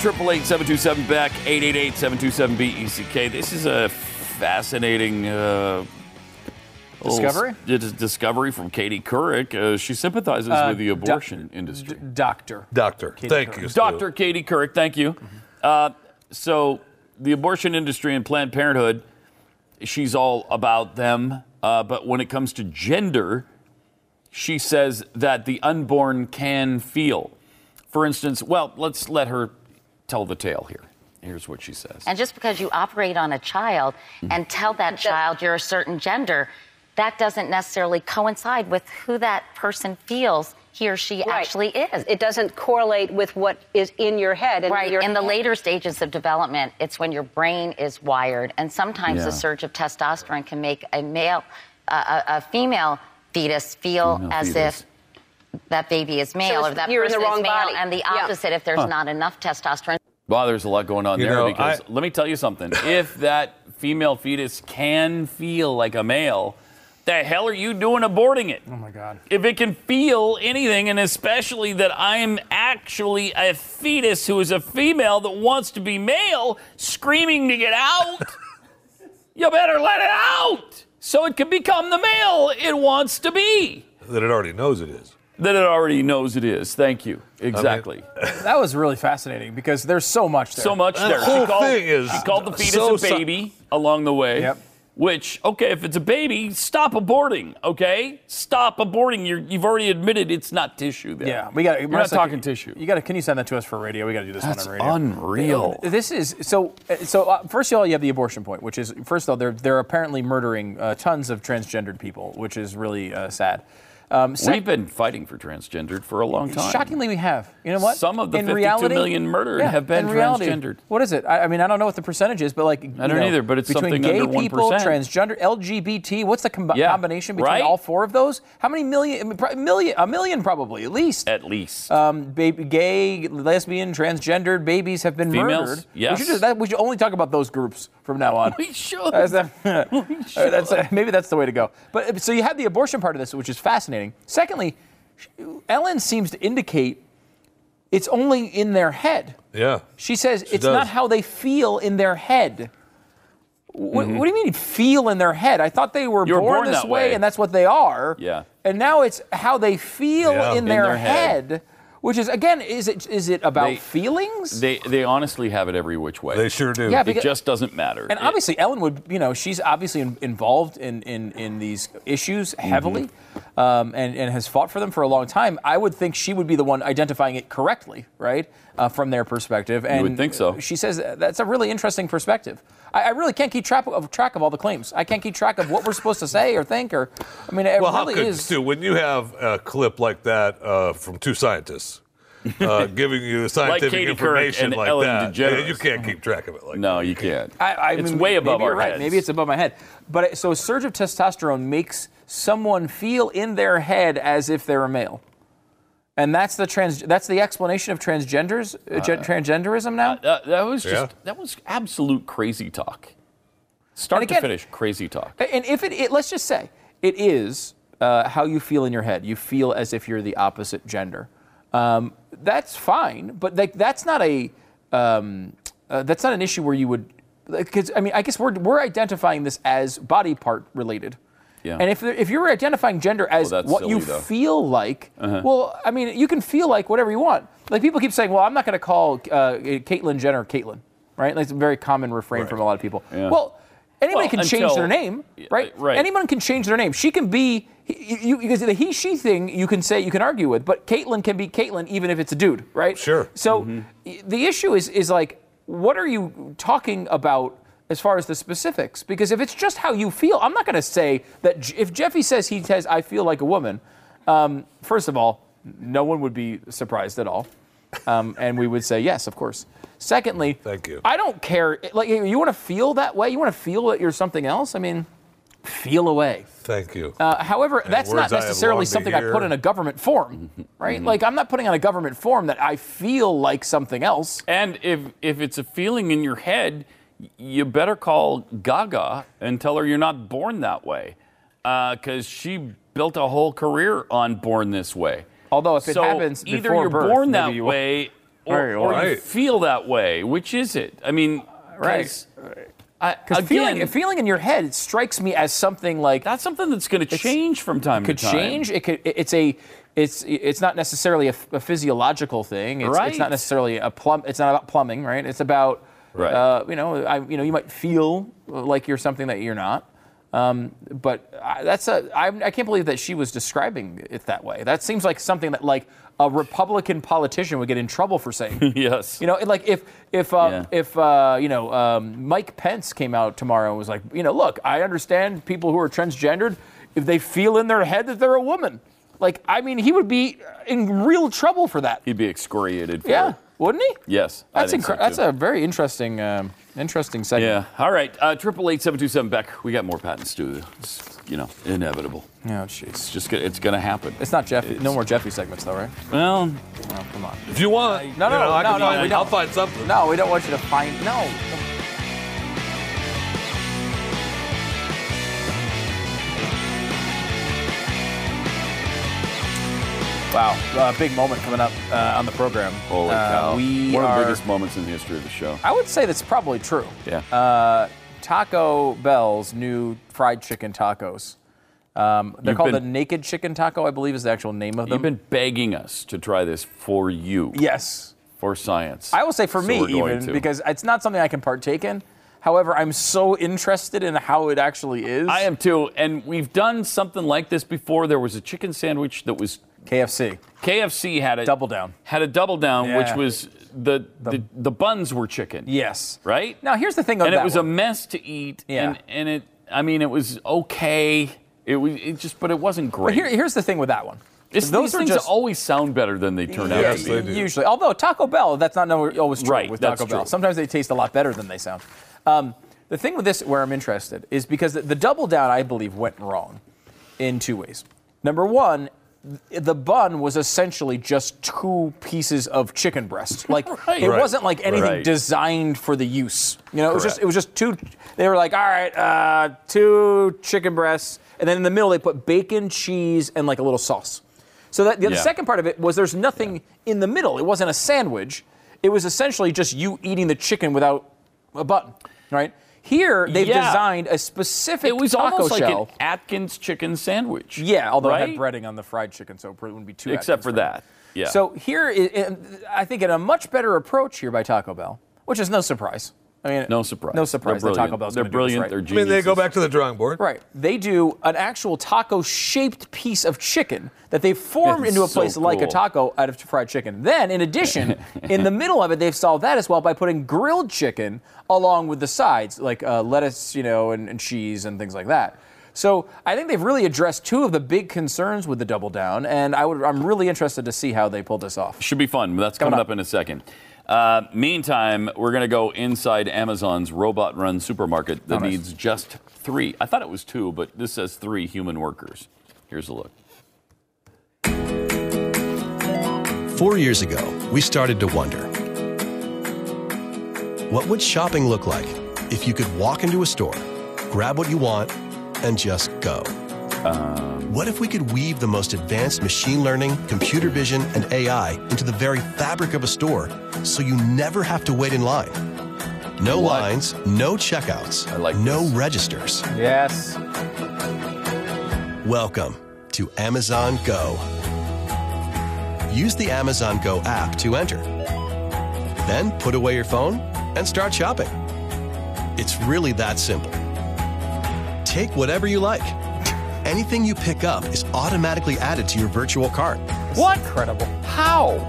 S1: Triple eight seven two seven back eight eight eight seven two seven B E C K. This is a fascinating uh, little
S2: Discovery?
S1: s- d- d- discovery from Katie Couric. Uh, she sympathizes
S2: Uh,
S1: with the
S2: doc-
S1: abortion industry.
S2: Doctor.
S3: Doctor.
S2: Katie
S3: Thank
S2: Couric.
S3: you. Stu.
S1: Dr. Katie Couric, thank you.
S11: Mm-hmm.
S1: Uh, so, the abortion industry and Planned Parenthood, she's all about them. Uh, but when it comes to gender, she says that the unborn can feel. For instance, well, let's let her tell the tale here. Here's what she says.
S11: And just because you operate on a child and tell that child you're a certain gender,
S9: that doesn't necessarily coincide with who that person feels he or she
S11: Right.
S9: actually is.
S11: It doesn't correlate with what is in your head. And
S9: right.
S11: your-
S9: In the later stages of development, it's when your brain is wired, and sometimes
S11: Yeah.
S9: the surge of testosterone can make a male, uh, a, a female fetus feel
S11: Female
S9: as
S11: fetus.
S9: if that baby is male
S11: So
S9: or that
S11: you're in the
S9: person
S11: wrong
S9: is male,
S11: body.
S9: and the
S11: Yeah.
S9: opposite if there's
S1: Huh.
S9: not enough testosterone.
S1: Wow, there's a lot going on
S3: You
S1: there
S3: know,
S1: because let me tell you something. if that female fetus can feel like a male, the hell are you doing aborting it? Oh my God. If it can feel anything, and especially that I'm actually a fetus who is a female that wants to be male, screaming to get out, you better let it out so it can become the male it wants to be.
S3: That it already knows it is.
S1: That it already knows it is. Thank you. Exactly.
S2: That was really fascinating because there's so much there.
S1: So much
S2: That
S1: there.
S2: whole
S1: she called,
S2: thing is
S1: she called the fetus
S2: so
S1: a
S2: sci-
S1: baby along the way.
S2: Yep.
S1: Which, okay, if it's a baby, stop aborting, okay? Stop aborting. You're, you've already admitted it's not tissue there.
S2: Yeah, we got.
S1: You're not talking tissue.
S2: You got to. Can you send that to us for radio? We got to do this
S1: That's
S2: one on radio.
S1: unreal.
S2: Yeah, This is so. So uh, first of all, you have the abortion point, which is first of all they're they're apparently murdering uh, tons of transgendered people, which is really uh, sad. Um, sec-
S1: We've been fighting for transgendered for a long time.
S2: Shockingly, we have. You know what?
S1: Some of the
S2: in
S1: 52
S2: reality,
S1: million murdered
S2: yeah,
S1: have been
S2: in reality,
S1: transgendered.
S2: What is it? I, I mean, I don't know what the percentage is, but like you
S1: don't
S2: know,
S1: either, but it's
S2: between
S1: something
S2: gay
S1: under
S2: people,
S1: 1%.
S2: transgender, LGBT. What's the com-
S1: Yeah,
S2: combination between
S1: right?
S2: all four of those? How many million? I mean, pro- Million? A million, probably at least.
S1: At least.
S2: Um, baby, gay, lesbian, transgendered babies have been
S1: Females,
S2: murdered.
S1: yes.
S2: We should, just- that, we should only talk about those groups from now on.
S1: [laughs] We should. [laughs]
S2: That's the- [laughs] that's- maybe that's the way to go. But so you have the abortion part of this, which is fascinating. Secondly, Ellen seems to indicate it's only in their head.
S3: Yeah.
S2: She says it's
S3: does.
S2: not how they feel in their head. What, what do you mean feel in their head? I thought they were
S1: Mm-hmm. You were
S2: born,
S1: born
S2: this
S1: that
S2: way,
S1: way.
S2: and that's what they are.
S1: Yeah.
S2: And now it's how they feel
S1: Yeah.
S2: in,
S1: In
S2: their,
S1: their
S2: head.
S1: head.
S2: which is again, is it is it about
S1: They-
S2: feelings?
S1: They, they honestly have it every which way. They sure
S2: do. Yeah,
S1: it
S2: because-
S1: just doesn't matter.
S2: And obviously, Ellen would, you know, she's obviously in, involved in, in, in these issues
S1: Mm-hmm.
S2: heavily um, and, and has fought for them for a long time. I would think she would be the one identifying it correctly, right, uh, from their perspective.
S1: You
S2: And
S1: would think so.
S2: She says that's a really interesting perspective. I, I really can't keep track of, track of all the claims. I can't keep track of what we're supposed to say or think or, I mean, it
S3: well,
S2: really
S3: how could
S2: is.
S3: Stu, when you have a clip like that uh, from two scientists
S1: [laughs]
S3: uh, giving you the
S1: Like
S3: scientific
S1: Katie Couric
S3: information
S1: and
S3: like
S1: Ellen
S3: that,
S1: DeGeneres.
S3: yeah, you can't keep track of it. Like
S1: no, you can't.
S2: I, I
S1: it's
S2: mean,
S1: way above
S2: maybe
S1: our
S2: you're right.
S1: heads.
S2: Maybe it's above my head. But it- so a surge of testosterone makes someone feel in their head as if they're a male. And that's the trans. That's the explanation of transgenders, uh, gen-
S1: Uh,
S2: transgenderism now.
S1: that, that was just
S2: Yeah.
S1: that was absolute crazy talk. Start
S2: again-
S1: to finish, crazy talk.
S2: And if it, it let's just say it is uh, how you feel in your head. You feel as if you're the opposite gender. Um, that's fine, but like that's not a um, uh, that's not an issue where you would because I mean I guess we're we're identifying this as body part related.
S1: Yeah.
S2: And if there- if you're identifying gender as
S1: Well, that's
S2: what
S1: silly,
S2: you
S1: though.
S2: feel like,
S1: Uh-huh.
S2: well, I mean you can feel like whatever you want. Like people keep saying, well, I'm not going to call uh, Caitlyn Jenner Caitlyn, right? Like it's a very common refrain from a lot of people.
S1: Yeah.
S2: Well. Anybody
S1: Well,
S2: can change
S1: until- uh,
S2: their name, right?
S1: right.
S2: Anyone can change their name. She can be you, you, because the he/she thing you can say you can argue with, but Caitlyn can be Caitlyn even if it's a dude, right? Sure. So
S1: Mm-hmm.
S2: y- the issue is is like, what are you talking about as far as the specifics? Because if it's just how you feel, I'm not going to say that J- if Jeffy says he says I feel like a woman. Um, first of all, no one would be surprised at all, um, and we would say yes, of course. Secondly, thank you. I don't care. Like you want to feel that way, you want to feel that you're something else. I mean, feel away.
S3: Thank you.
S2: Uh, however,
S3: And
S2: that's not
S3: words I have
S2: necessarily
S3: longed to
S2: something I
S3: hear. Mm-hmm.
S2: put in a government form, right?
S1: Mhm.
S2: Like I'm not putting on a government form that I feel like something else.
S1: And if if it's a feeling in your head, y- you better call Gaga and tell her you're not born that way, because she built a whole career on born this way.
S2: Although if it
S1: so
S2: happens
S1: either
S2: before
S1: you're
S2: birth,
S1: born
S2: maybe
S1: that
S2: you will.
S1: way,
S2: Very
S1: or, or
S2: well.
S1: you
S2: Right.
S1: feel that way. Which is it? I mean,
S2: Right.
S1: 'cause I,
S2: Because feeling,
S1: again-
S2: feeling in your head it strikes me as something like
S1: that's something that's going to change from time
S2: it
S1: to
S2: could
S1: time.
S2: change. It could. It's a. It's it's not necessarily a, a physiological thing. It's, it's not
S1: Right.
S2: necessarily a plum. It's not about plumbing, right? It's about.
S1: Right.
S2: Uh, you know, I, you know, you might feel like you're something that you're not. Um, but I, that's a. I, I can't believe that she was describing it that way. That seems like something that like a Republican politician would get in trouble for saying.
S1: yes.
S2: You know, and, like if if
S1: um,
S2: uh, if uh, you know um, Mike Pence came out tomorrow and was like, you know, look, I understand people who are transgendered.
S1: if they feel in their head that they're a woman. Like, I mean, he would be in real trouble for that.
S6: He'd be excoriated. For
S1: Yeah,
S6: it.
S1: wouldn't he?
S6: Yes. I
S1: That's
S6: think so,
S1: incre- that's
S6: too.
S1: a very interesting, um, interesting segment.
S6: Yeah. All right. uh, Triple eight seven two seven Beck. We got more patents to, it's, you know, inevitable.
S1: Yeah. Oh, jeez.
S6: It's just gonna, it's gonna happen.
S1: It's not Jeffy. no more Jeffy segments, though, right?
S6: Well,
S1: oh, come on.
S3: If you want,
S1: No, no,
S3: you know, I
S1: no,
S3: can
S1: no,
S3: find-
S1: we don't.
S3: I'll find something.
S1: No, we don't want you to find. No. Wow, uh, big moment coming up uh, on the program.
S6: Holy
S1: Uh,
S6: cow!
S1: We
S6: One of
S1: are-
S6: the biggest moments in the history of the show.
S1: I would say that's probably true.
S6: Yeah.
S1: Uh, Taco Bell's new fried chicken tacos. Um, they're
S6: You've
S1: called
S6: been-
S1: the Naked Chicken Taco, I believe is the actual name of them.
S6: You've been begging us to try this for you.
S1: Yes.
S6: For science.
S1: I will say for
S6: So
S1: me
S6: we're going
S1: even
S6: to.
S1: because it's not something I can partake in. However, I'm so interested in how it actually is.
S6: I am too, and we've done something like this before. There was a chicken sandwich that was
S1: KFC.
S6: KFC had a
S1: Double down.
S6: Had a double down,
S1: Yeah.
S6: which was the the, the buns were chicken.
S1: Yes.
S6: Right.
S1: Now here's the thing on
S6: and
S1: that
S6: it was
S1: one.
S6: a mess to eat.
S1: Yeah.
S6: And, and it, I mean, it was okay. It was it just, but it wasn't
S1: But
S6: great.
S1: here, here's the thing with that one.
S6: It's-
S1: Those
S6: these
S1: are
S6: things
S1: just-
S6: always sound better than they turn out to be.
S1: Usually, although Taco Bell, that's not no- always true
S6: Right,
S1: with
S6: that's
S1: Taco Bell.
S6: true.
S1: Sometimes they taste a lot better than they sound. Um, the thing with this, where I'm interested, is because the, the double down, I believe, went wrong in two ways. Number one, th- the bun was essentially just two pieces of chicken breast. Like
S6: Right.
S1: it
S6: Right.
S1: wasn't like anything
S6: Right.
S1: designed for the use. You know, it was just
S6: Correct.
S1: it was just two. They were like, all right, uh, two chicken breasts, and then in the middle they put bacon, cheese, and like a little sauce. So that the
S6: Yeah.
S1: second part of it was there's nothing in the middle. It wasn't a sandwich. It was essentially just you eating the chicken without a button, right? Here they've
S6: Yeah.
S1: designed a specific
S6: It was
S1: taco
S6: almost like
S1: shell.
S6: an Atkins chicken sandwich.
S1: yeah, although it
S6: right?
S1: had breading on the fried chicken, so it wouldn't be too.
S6: Except for
S1: Atkins
S6: that. Yeah.
S1: So here, i- i- I think, in a much better approach here by Taco Bell, which is no surprise. I mean,
S6: No surprise.
S1: No surprise
S6: They're
S1: that Taco
S6: brilliant.
S1: Bell's
S6: They're
S1: gonna
S6: brilliant.
S1: Do
S6: They're
S1: this
S3: I
S1: right.
S3: mean, they go back to the drawing board.
S1: Right. They do an actual taco-shaped piece of chicken that they form
S6: It's
S1: into a
S6: so
S1: place like a
S6: cool.
S1: taco out of fried chicken. Then,
S6: [laughs]
S1: in addition, in the middle of it, they've solved that as well by putting grilled chicken along with the sides, like uh, lettuce, you know, and, and cheese and things like that. So I think they've really addressed two of the big concerns with the double down, and I would, I'm really interested to see how they pull this off.
S6: Should be fun. That's coming,
S1: Coming
S6: up.
S1: up.
S6: in a second. Uh, meantime, we're going to go inside Amazon's robot run supermarket that
S1: Oh, nice.
S6: needs just three. I thought it was two, but this says three human workers. Here's a look.
S12: Four years ago, we started to wonder what would shopping look like if you could walk into a store, grab what you want, and just go? what if we could weave the most advanced machine learning, computer vision, and AI into the very fabric of a store so you never have to wait in line? No lines, no checkouts, no registers.
S1: Yes.
S12: Welcome to Amazon Go. Use the Amazon Go app to enter. Then put away your phone and start shopping. It's really that simple. Take whatever you like. Anything you pick up is automatically added to your virtual cart.
S1: What? Incredible. How?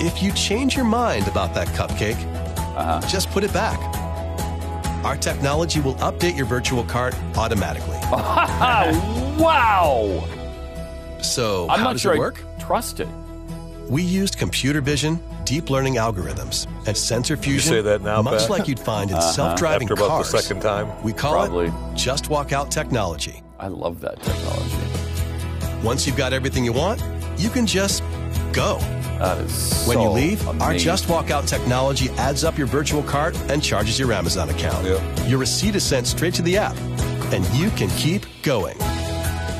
S12: If you change your mind about that cupcake,
S6: Uh-huh.
S12: just put it back. Our technology will update your virtual cart automatically.
S6: [laughs] wow!
S12: So,
S6: I'm
S12: how
S6: not
S12: does
S6: sure
S12: it
S6: I
S12: work?
S6: trust it.
S12: We used computer vision, deep learning algorithms, and sensor fusion.
S3: say that now,
S12: much
S3: Pat?
S12: like you'd find in
S3: Uh-huh.
S12: self-driving
S3: After about the
S12: cars.
S3: second time?
S12: we call
S6: Probably.
S12: it just walk out technology.
S6: I love that technology.
S12: Once you've got everything you want, you can just go.
S6: That is
S12: When
S6: so
S12: you leave, our
S6: amazing.
S12: Just Walk Out technology adds up your virtual cart and charges your Amazon account. Your receipt is sent straight to the app, and you can keep going.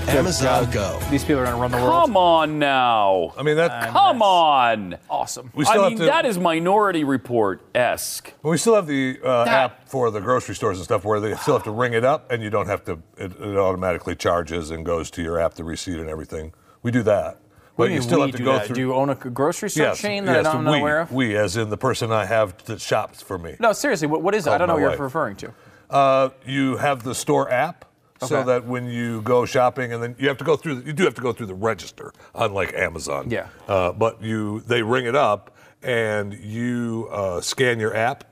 S12: Amazon Go.
S1: These people are going to run the world.
S6: Come on now. I
S3: mean, that.
S1: Uh,
S6: Come on.
S1: Awesome.
S3: We still
S6: I
S3: have
S6: mean,
S3: to-
S6: that is Minority Report esque.
S3: But we still have the uh, app for the grocery stores and stuff where they still have to ring it up, and you don't have to. It, it automatically charges and goes to your app, the receipt and everything. We do that,
S1: What
S3: but
S1: do
S3: you
S1: mean
S3: still
S1: we
S3: have to
S1: do
S3: go
S1: that?
S3: through.
S1: Do you own a grocery store
S3: Yes,
S1: chain that
S3: yes,
S1: I don't know
S3: we,
S1: aware of?
S3: We, as in the person I have that shops for me.
S1: No, seriously, what, what is it?
S3: Called
S1: I don't know
S3: my
S1: what
S3: wife.
S1: you're referring to.
S3: Uh, you have the store app. So
S1: Okay.
S3: that when you go shopping, and then you have to go through, the, you do have to go through the register, unlike Amazon.
S1: Yeah.
S3: Uh, but you, they ring it up, and you uh, scan your app,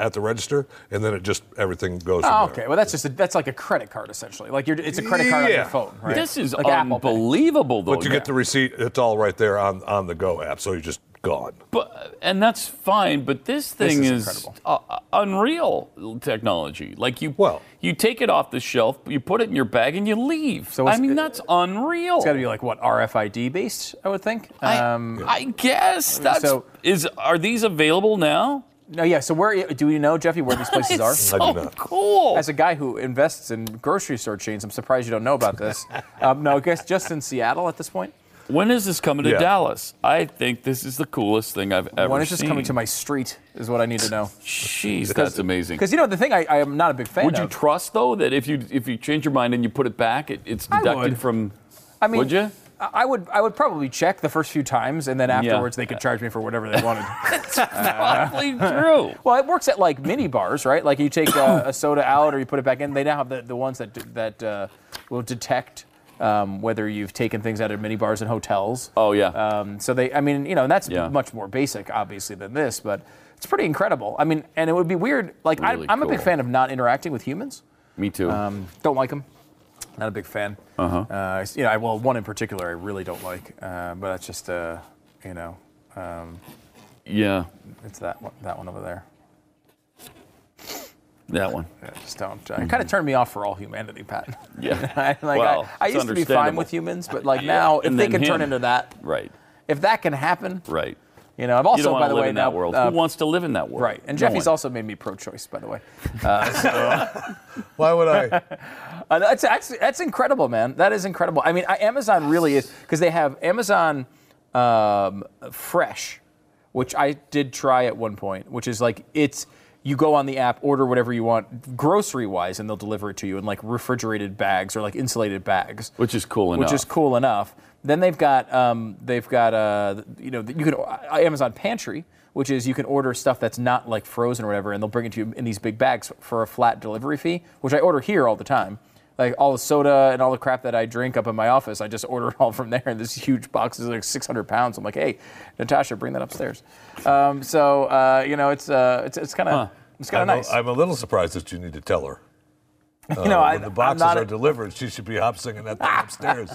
S3: at the register, and then it just everything goes. from
S1: Oh,
S3: there.
S1: okay. Well, that's just a, that's like a credit card essentially. Like you're, it's a credit card on your phone, right? like Apple Pay.
S6: unbelievable, though.
S3: But you get the receipt; it's all right there on on the Go app, so you're just
S1: [laughs]
S3: gone.
S6: But and that's fine. But this thing
S3: is
S6: is, uh, uh, unreal technology. Like you, well, you take it off the shelf, you put it in your bag, and you leave. So I
S1: it's-
S6: mean, that's unreal.
S1: It's got to be like what RFID based, I would think. Um,
S6: I, guess that's
S1: so-
S6: is. Are these available now?
S1: No, yeah. So where do you know, Jeffy, where these
S6: [laughs]
S1: places
S6: It's
S1: are?
S6: so I do not. cool.
S1: As a guy who invests in grocery store chains, I'm surprised you don't know
S6: [laughs]
S1: about this. um, no, I guess just in Seattle at this point.
S6: When is this coming to
S1: Yeah.
S6: Dallas? I think this is the coolest thing I've ever.
S1: when is this
S6: seen.
S1: coming to my street? Is what I need to know.
S6: Jeez, that's amazing.
S1: Because you know the thing, I, I am not a big fan
S6: Would
S1: of.
S6: you trust though that if you if you change your mind and you put it back, it, it's
S1: I
S6: deducted
S1: would.
S6: from?
S1: I mean,
S6: would you?
S1: I I would I would probably check the first few times, and then
S6: Yeah.
S1: afterwards they could charge me for whatever
S6: [laughs]
S1: they wanted. That's [laughs]
S6: probably true.
S1: Well, it works at like mini bars, right? Like you take a,
S6: [coughs]
S1: a soda out or you put it back in. They now have the, the ones that d- that uh, will detect um, whether you've taken things out of mini bars and hotels.
S6: Oh yeah.
S1: Um, so they, I mean, you know, and that's
S6: Yeah.
S1: much more basic, obviously, than this, but it's pretty incredible. I mean, and it would be weird. Like
S6: Really
S1: I, I'm a big
S6: cool.
S1: fan of not interacting with humans.
S6: Me too.
S1: Um, don't like them. Not a big fan.
S6: Uh-huh.
S1: Uh, you know, I, well, one in particular I really don't like, uh, but that's just, uh, you know, um,
S6: yeah,
S1: it's that one, that one over there.
S6: that one.
S1: Yeah, just don't. Uh, It kind of turned me off for all humanity, Pat.
S6: Mm-hmm. Yeah.
S1: [laughs] I- like
S6: Well,
S1: I, I
S6: it's
S1: used to be fine
S6: understandable.
S1: with humans, but like
S6: Yeah.
S1: now, if
S6: And
S1: they
S6: then
S1: can turn
S6: him.
S1: into that,
S6: Right.
S1: if that can happen,
S6: Right.
S1: you know, I've
S6: you
S1: also,
S6: don't wanna
S1: by the
S6: live
S1: way,
S6: in
S1: now,
S6: that world.
S1: uh,
S6: Who wants to live in that world?
S1: Right,
S6: No
S1: and Jeffy's
S6: one.
S1: also made me pro-choice, by the way. Uh, so
S3: why would I?
S1: that's Uh, actually that's incredible, man. That is incredible. I mean, I, Amazon really is because they have Amazon um, Fresh, which I did try at one point, which is like it's you go on the app, order whatever you want, grocery-wise, and they'll deliver it to you in like refrigerated bags or like insulated bags,
S6: which is cool enough.
S1: which is cool enough. Then they've got um, they've got uh, you know you can uh, Amazon Pantry, which is you can order stuff that's not like frozen or whatever, and they'll bring it to you in these big bags for a flat delivery fee, which I order here all the time. Like all the soda and all the crap that I drink up in my office, I just [laughs] order it all from there. And this huge box is like 600 pounds. I'm like, hey, Natasha, bring that upstairs. Um, so uh, you know, it's uh, it's it's kind of it's kind of
S3: I'm a-
S1: nice.
S3: I'm a little surprised that you need to tell her.
S1: You know, I-
S3: uh, when the
S1: I'm
S3: boxes
S1: not
S3: are
S1: a-
S3: delivered, she should be hop singing that thing
S1: [laughs]
S3: upstairs.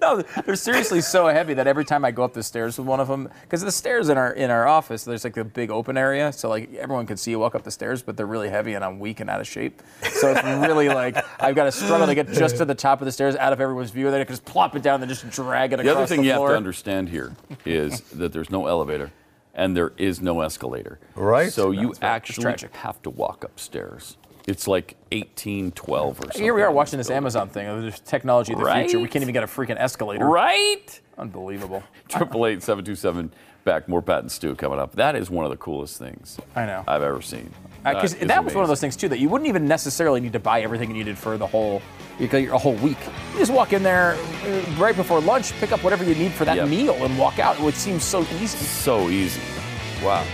S1: no, they're seriously so heavy that every time I go up the stairs with one of them, because the stairs in our in our office, there's like a big open area, so like everyone can see you walk up the stairs, but they're really heavy and I'm weak and out of shape, so it's really like I've got to struggle to get just to the top of the stairs, out of everyone's view, and then I can just plop it down and just drag it
S6: The
S1: across
S6: other thing
S1: the
S6: you have
S1: floor.
S6: to understand here is [laughs] that there's no elevator and there is no escalator.
S3: Right.
S6: So you actually
S1: tragic.
S6: have to walk upstairs. It's like 1812 or something. [laughs]
S1: Here we are watching this Amazon thing, of this technology of the future. We
S6: Right?
S1: can't even get a freaking escalator.
S6: Right?
S1: Unbelievable.
S6: Triple eight seven two seven back. More Pat and Stu coming up. That is one of the coolest things
S1: I know.
S6: I've ever seen.
S1: Because
S6: is
S1: Uh, that, was one of those things too that you wouldn't even necessarily need to buy everything you needed for the whole you could- a whole week. You just walk in there uh, right before lunch, pick up whatever you need for that
S6: Yep.
S1: meal, and walk out. It would seem so easy.
S6: So easy. Wow.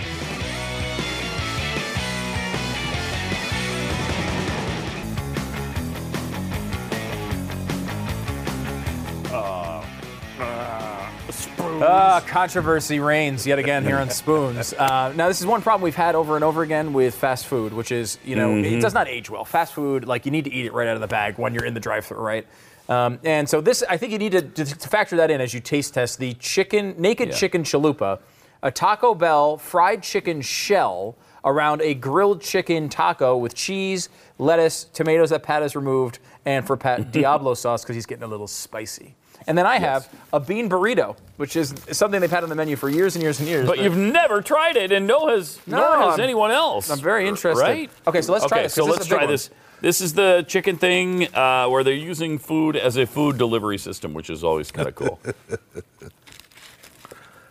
S1: Spoons. Ah, controversy reigns yet again here on Spoons. Uh, now, this is one problem we've had over and over again with fast food, which is, you know, it
S13: Mhm.
S1: does not age well. Fast food, like, you need to eat it right out of the bag when you're in the drive thru, right? Um, and so, this, I think you need to, to, to factor that in as you taste test the chicken, naked
S13: Yeah.
S1: chicken chalupa, a Taco Bell fried chicken shell around a grilled chicken taco with cheese, lettuce, tomatoes that Pat has removed, and for Pat, Diablo sauce because he's getting a little spicy. And then I have a bean burrito, which is something they've had on the menu for years and years and years.
S6: But you've never tried it, and no has
S1: No,
S6: nor has
S1: I'm-
S6: anyone else.
S1: I'm very interested.
S6: Right?
S1: Okay, so let's try
S6: Okay,
S1: this, 'cause
S6: So
S1: this is
S6: let's
S1: a big
S6: try
S1: one.
S6: this. This is the chicken thing uh, where they're using food as a food delivery system, which is always kind of cool.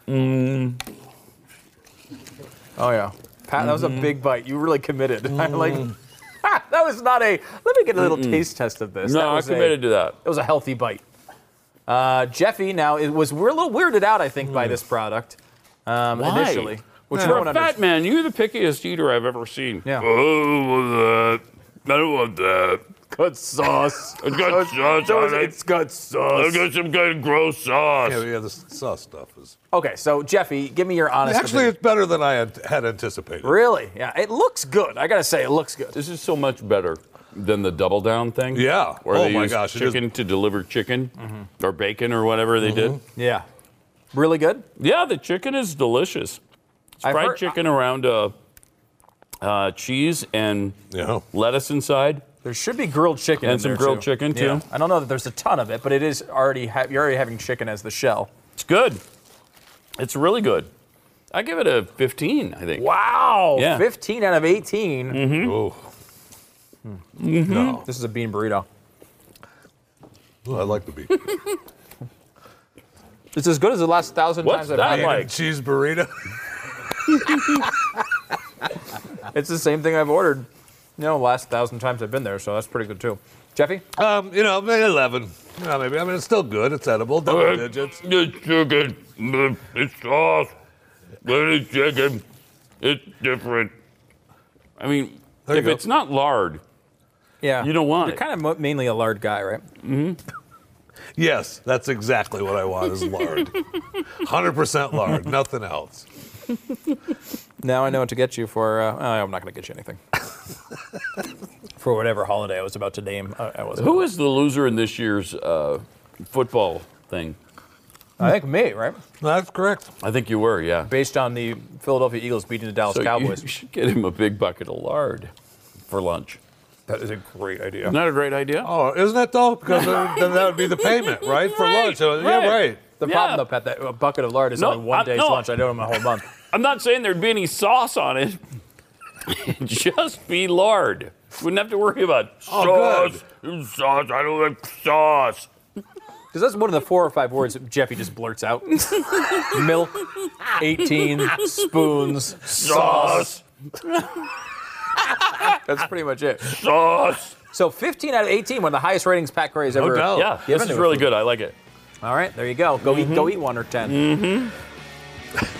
S1: Mm. Oh yeah, Pat, that was a
S6: Mm-hmm.
S13: Mhm.
S1: big bite. You really committed. [laughs] I'm like, "Ah, that was not a. Let me get a little
S6: Mm-mm.
S1: taste test of this.
S6: No,
S1: That
S6: I
S1: was a-
S6: committed to that.
S1: It was a healthy bite. Uh, Jeffy, now it was we're a little weirded out, I think, by this product um,
S6: Mm. Why?
S1: initially. Which
S6: For
S1: no
S6: a
S1: one
S6: fat
S1: understood.
S6: man, you're the pickiest eater I've ever seen.
S1: Yeah.
S6: Oh, I want that. I don't want that.
S14: got sauce.
S3: It's
S1: Oh,
S3: got sauce
S14: Those-
S3: on it.
S14: It's got sauce.
S3: It's got
S14: some kind of gross sauce.
S3: Yeah, yeah, the s- sauce stuff is.
S1: Okay, so Jeffy, give me your honest.
S3: Actually,
S1: opinion.
S3: it's better than I had, had anticipated.
S1: Really? Yeah, it looks good. I gotta say, it looks good.
S7: This is so much better than the double down thing.
S3: Yeah.
S7: Where
S3: Oh
S7: they
S3: my
S7: used
S3: gosh, it is-
S7: chicken to deliver chicken or bacon or whatever they did.
S1: Yeah. Really good?
S7: Yeah, the chicken is delicious. It's
S1: I've
S7: fried
S1: heard-
S7: chicken around uh, uh, cheese and lettuce inside.
S1: There should be grilled chicken
S7: and
S1: in
S7: some
S1: there,
S7: grilled
S1: too.
S7: chicken too.
S1: Yeah. I don't know that there's a ton of it, but it is already ha- you're already having chicken as the shell.
S7: It's good. It's really good. I give it a 15, I think.
S1: Wow,
S7: Yeah.
S1: 15 out of 18.
S7: Mm-hmm.
S1: No. This is a bean burrito.
S3: oh, [laughs] I like the bean.
S1: it's as good as the last thousand times I've had it.
S3: Cheese burrito. [laughs]
S1: It's the same thing I've ordered. You know, last thousand times I've been there, so that's pretty good too. Jeffy?
S3: Um, you know, maybe 11. Yeah, maybe. I mean, it's still good. It's edible. Double digits.
S14: It's chicken. Mm, It's sauce. But it's chicken. It's different.
S7: I mean,
S1: There you
S7: if
S1: go.
S7: it's not lard,
S1: Yeah.
S7: You don't want
S1: You're
S7: it.
S1: kind of mo- mainly a lard guy, right?
S3: Mm-hmm. Yes, that's exactly what I want is [laughs] lard. 100% lard, nothing else.
S1: Now I know what to get you for. Uh, oh, I'm not going to get you anything. [laughs] for whatever holiday I was about to name, uh, I, I wasn't.
S7: Who is the loser in this year's uh, football thing?
S1: I think me, right?
S3: That's correct.
S7: I think you were, yeah.
S1: Based on the Philadelphia Eagles beating the Dallas
S7: So you
S1: Cowboys.
S7: [laughs] should get him a big bucket of lard for lunch.
S1: That is a great idea.
S7: Isn't that a great idea?
S3: Oh, isn't that though? Because uh, then that would be the payment, right? For lunch. Uh, Yeah, right.
S1: The problem, though, Pat, that a bucket of lard is
S7: No,
S1: only one
S7: I-
S1: day's
S7: no.
S1: lunch. I don't have my whole [laughs] month.
S7: I'm not saying there'd be any sauce on it. [laughs] Just be lard. Wouldn't have to worry about
S14: Oh,
S7: sauce.
S14: Sauce. I don't like sauce.
S1: Because that's one of the four or five words that Jeffy just blurts [laughs] out. Milk, 18, spoons, sauce. [laughs] That's pretty much it.
S7: Sauce.
S1: So 15 out of 18, one of the highest ratings Pat Gray's
S7: No
S1: ever.
S7: doubt. Yeah,
S1: given
S7: this is
S1: to a
S7: really Mm-hmm.
S1: food.
S7: good. I like it.
S1: All right, there you go. Go eat. Go eat one or 10
S7: Mm-hmm.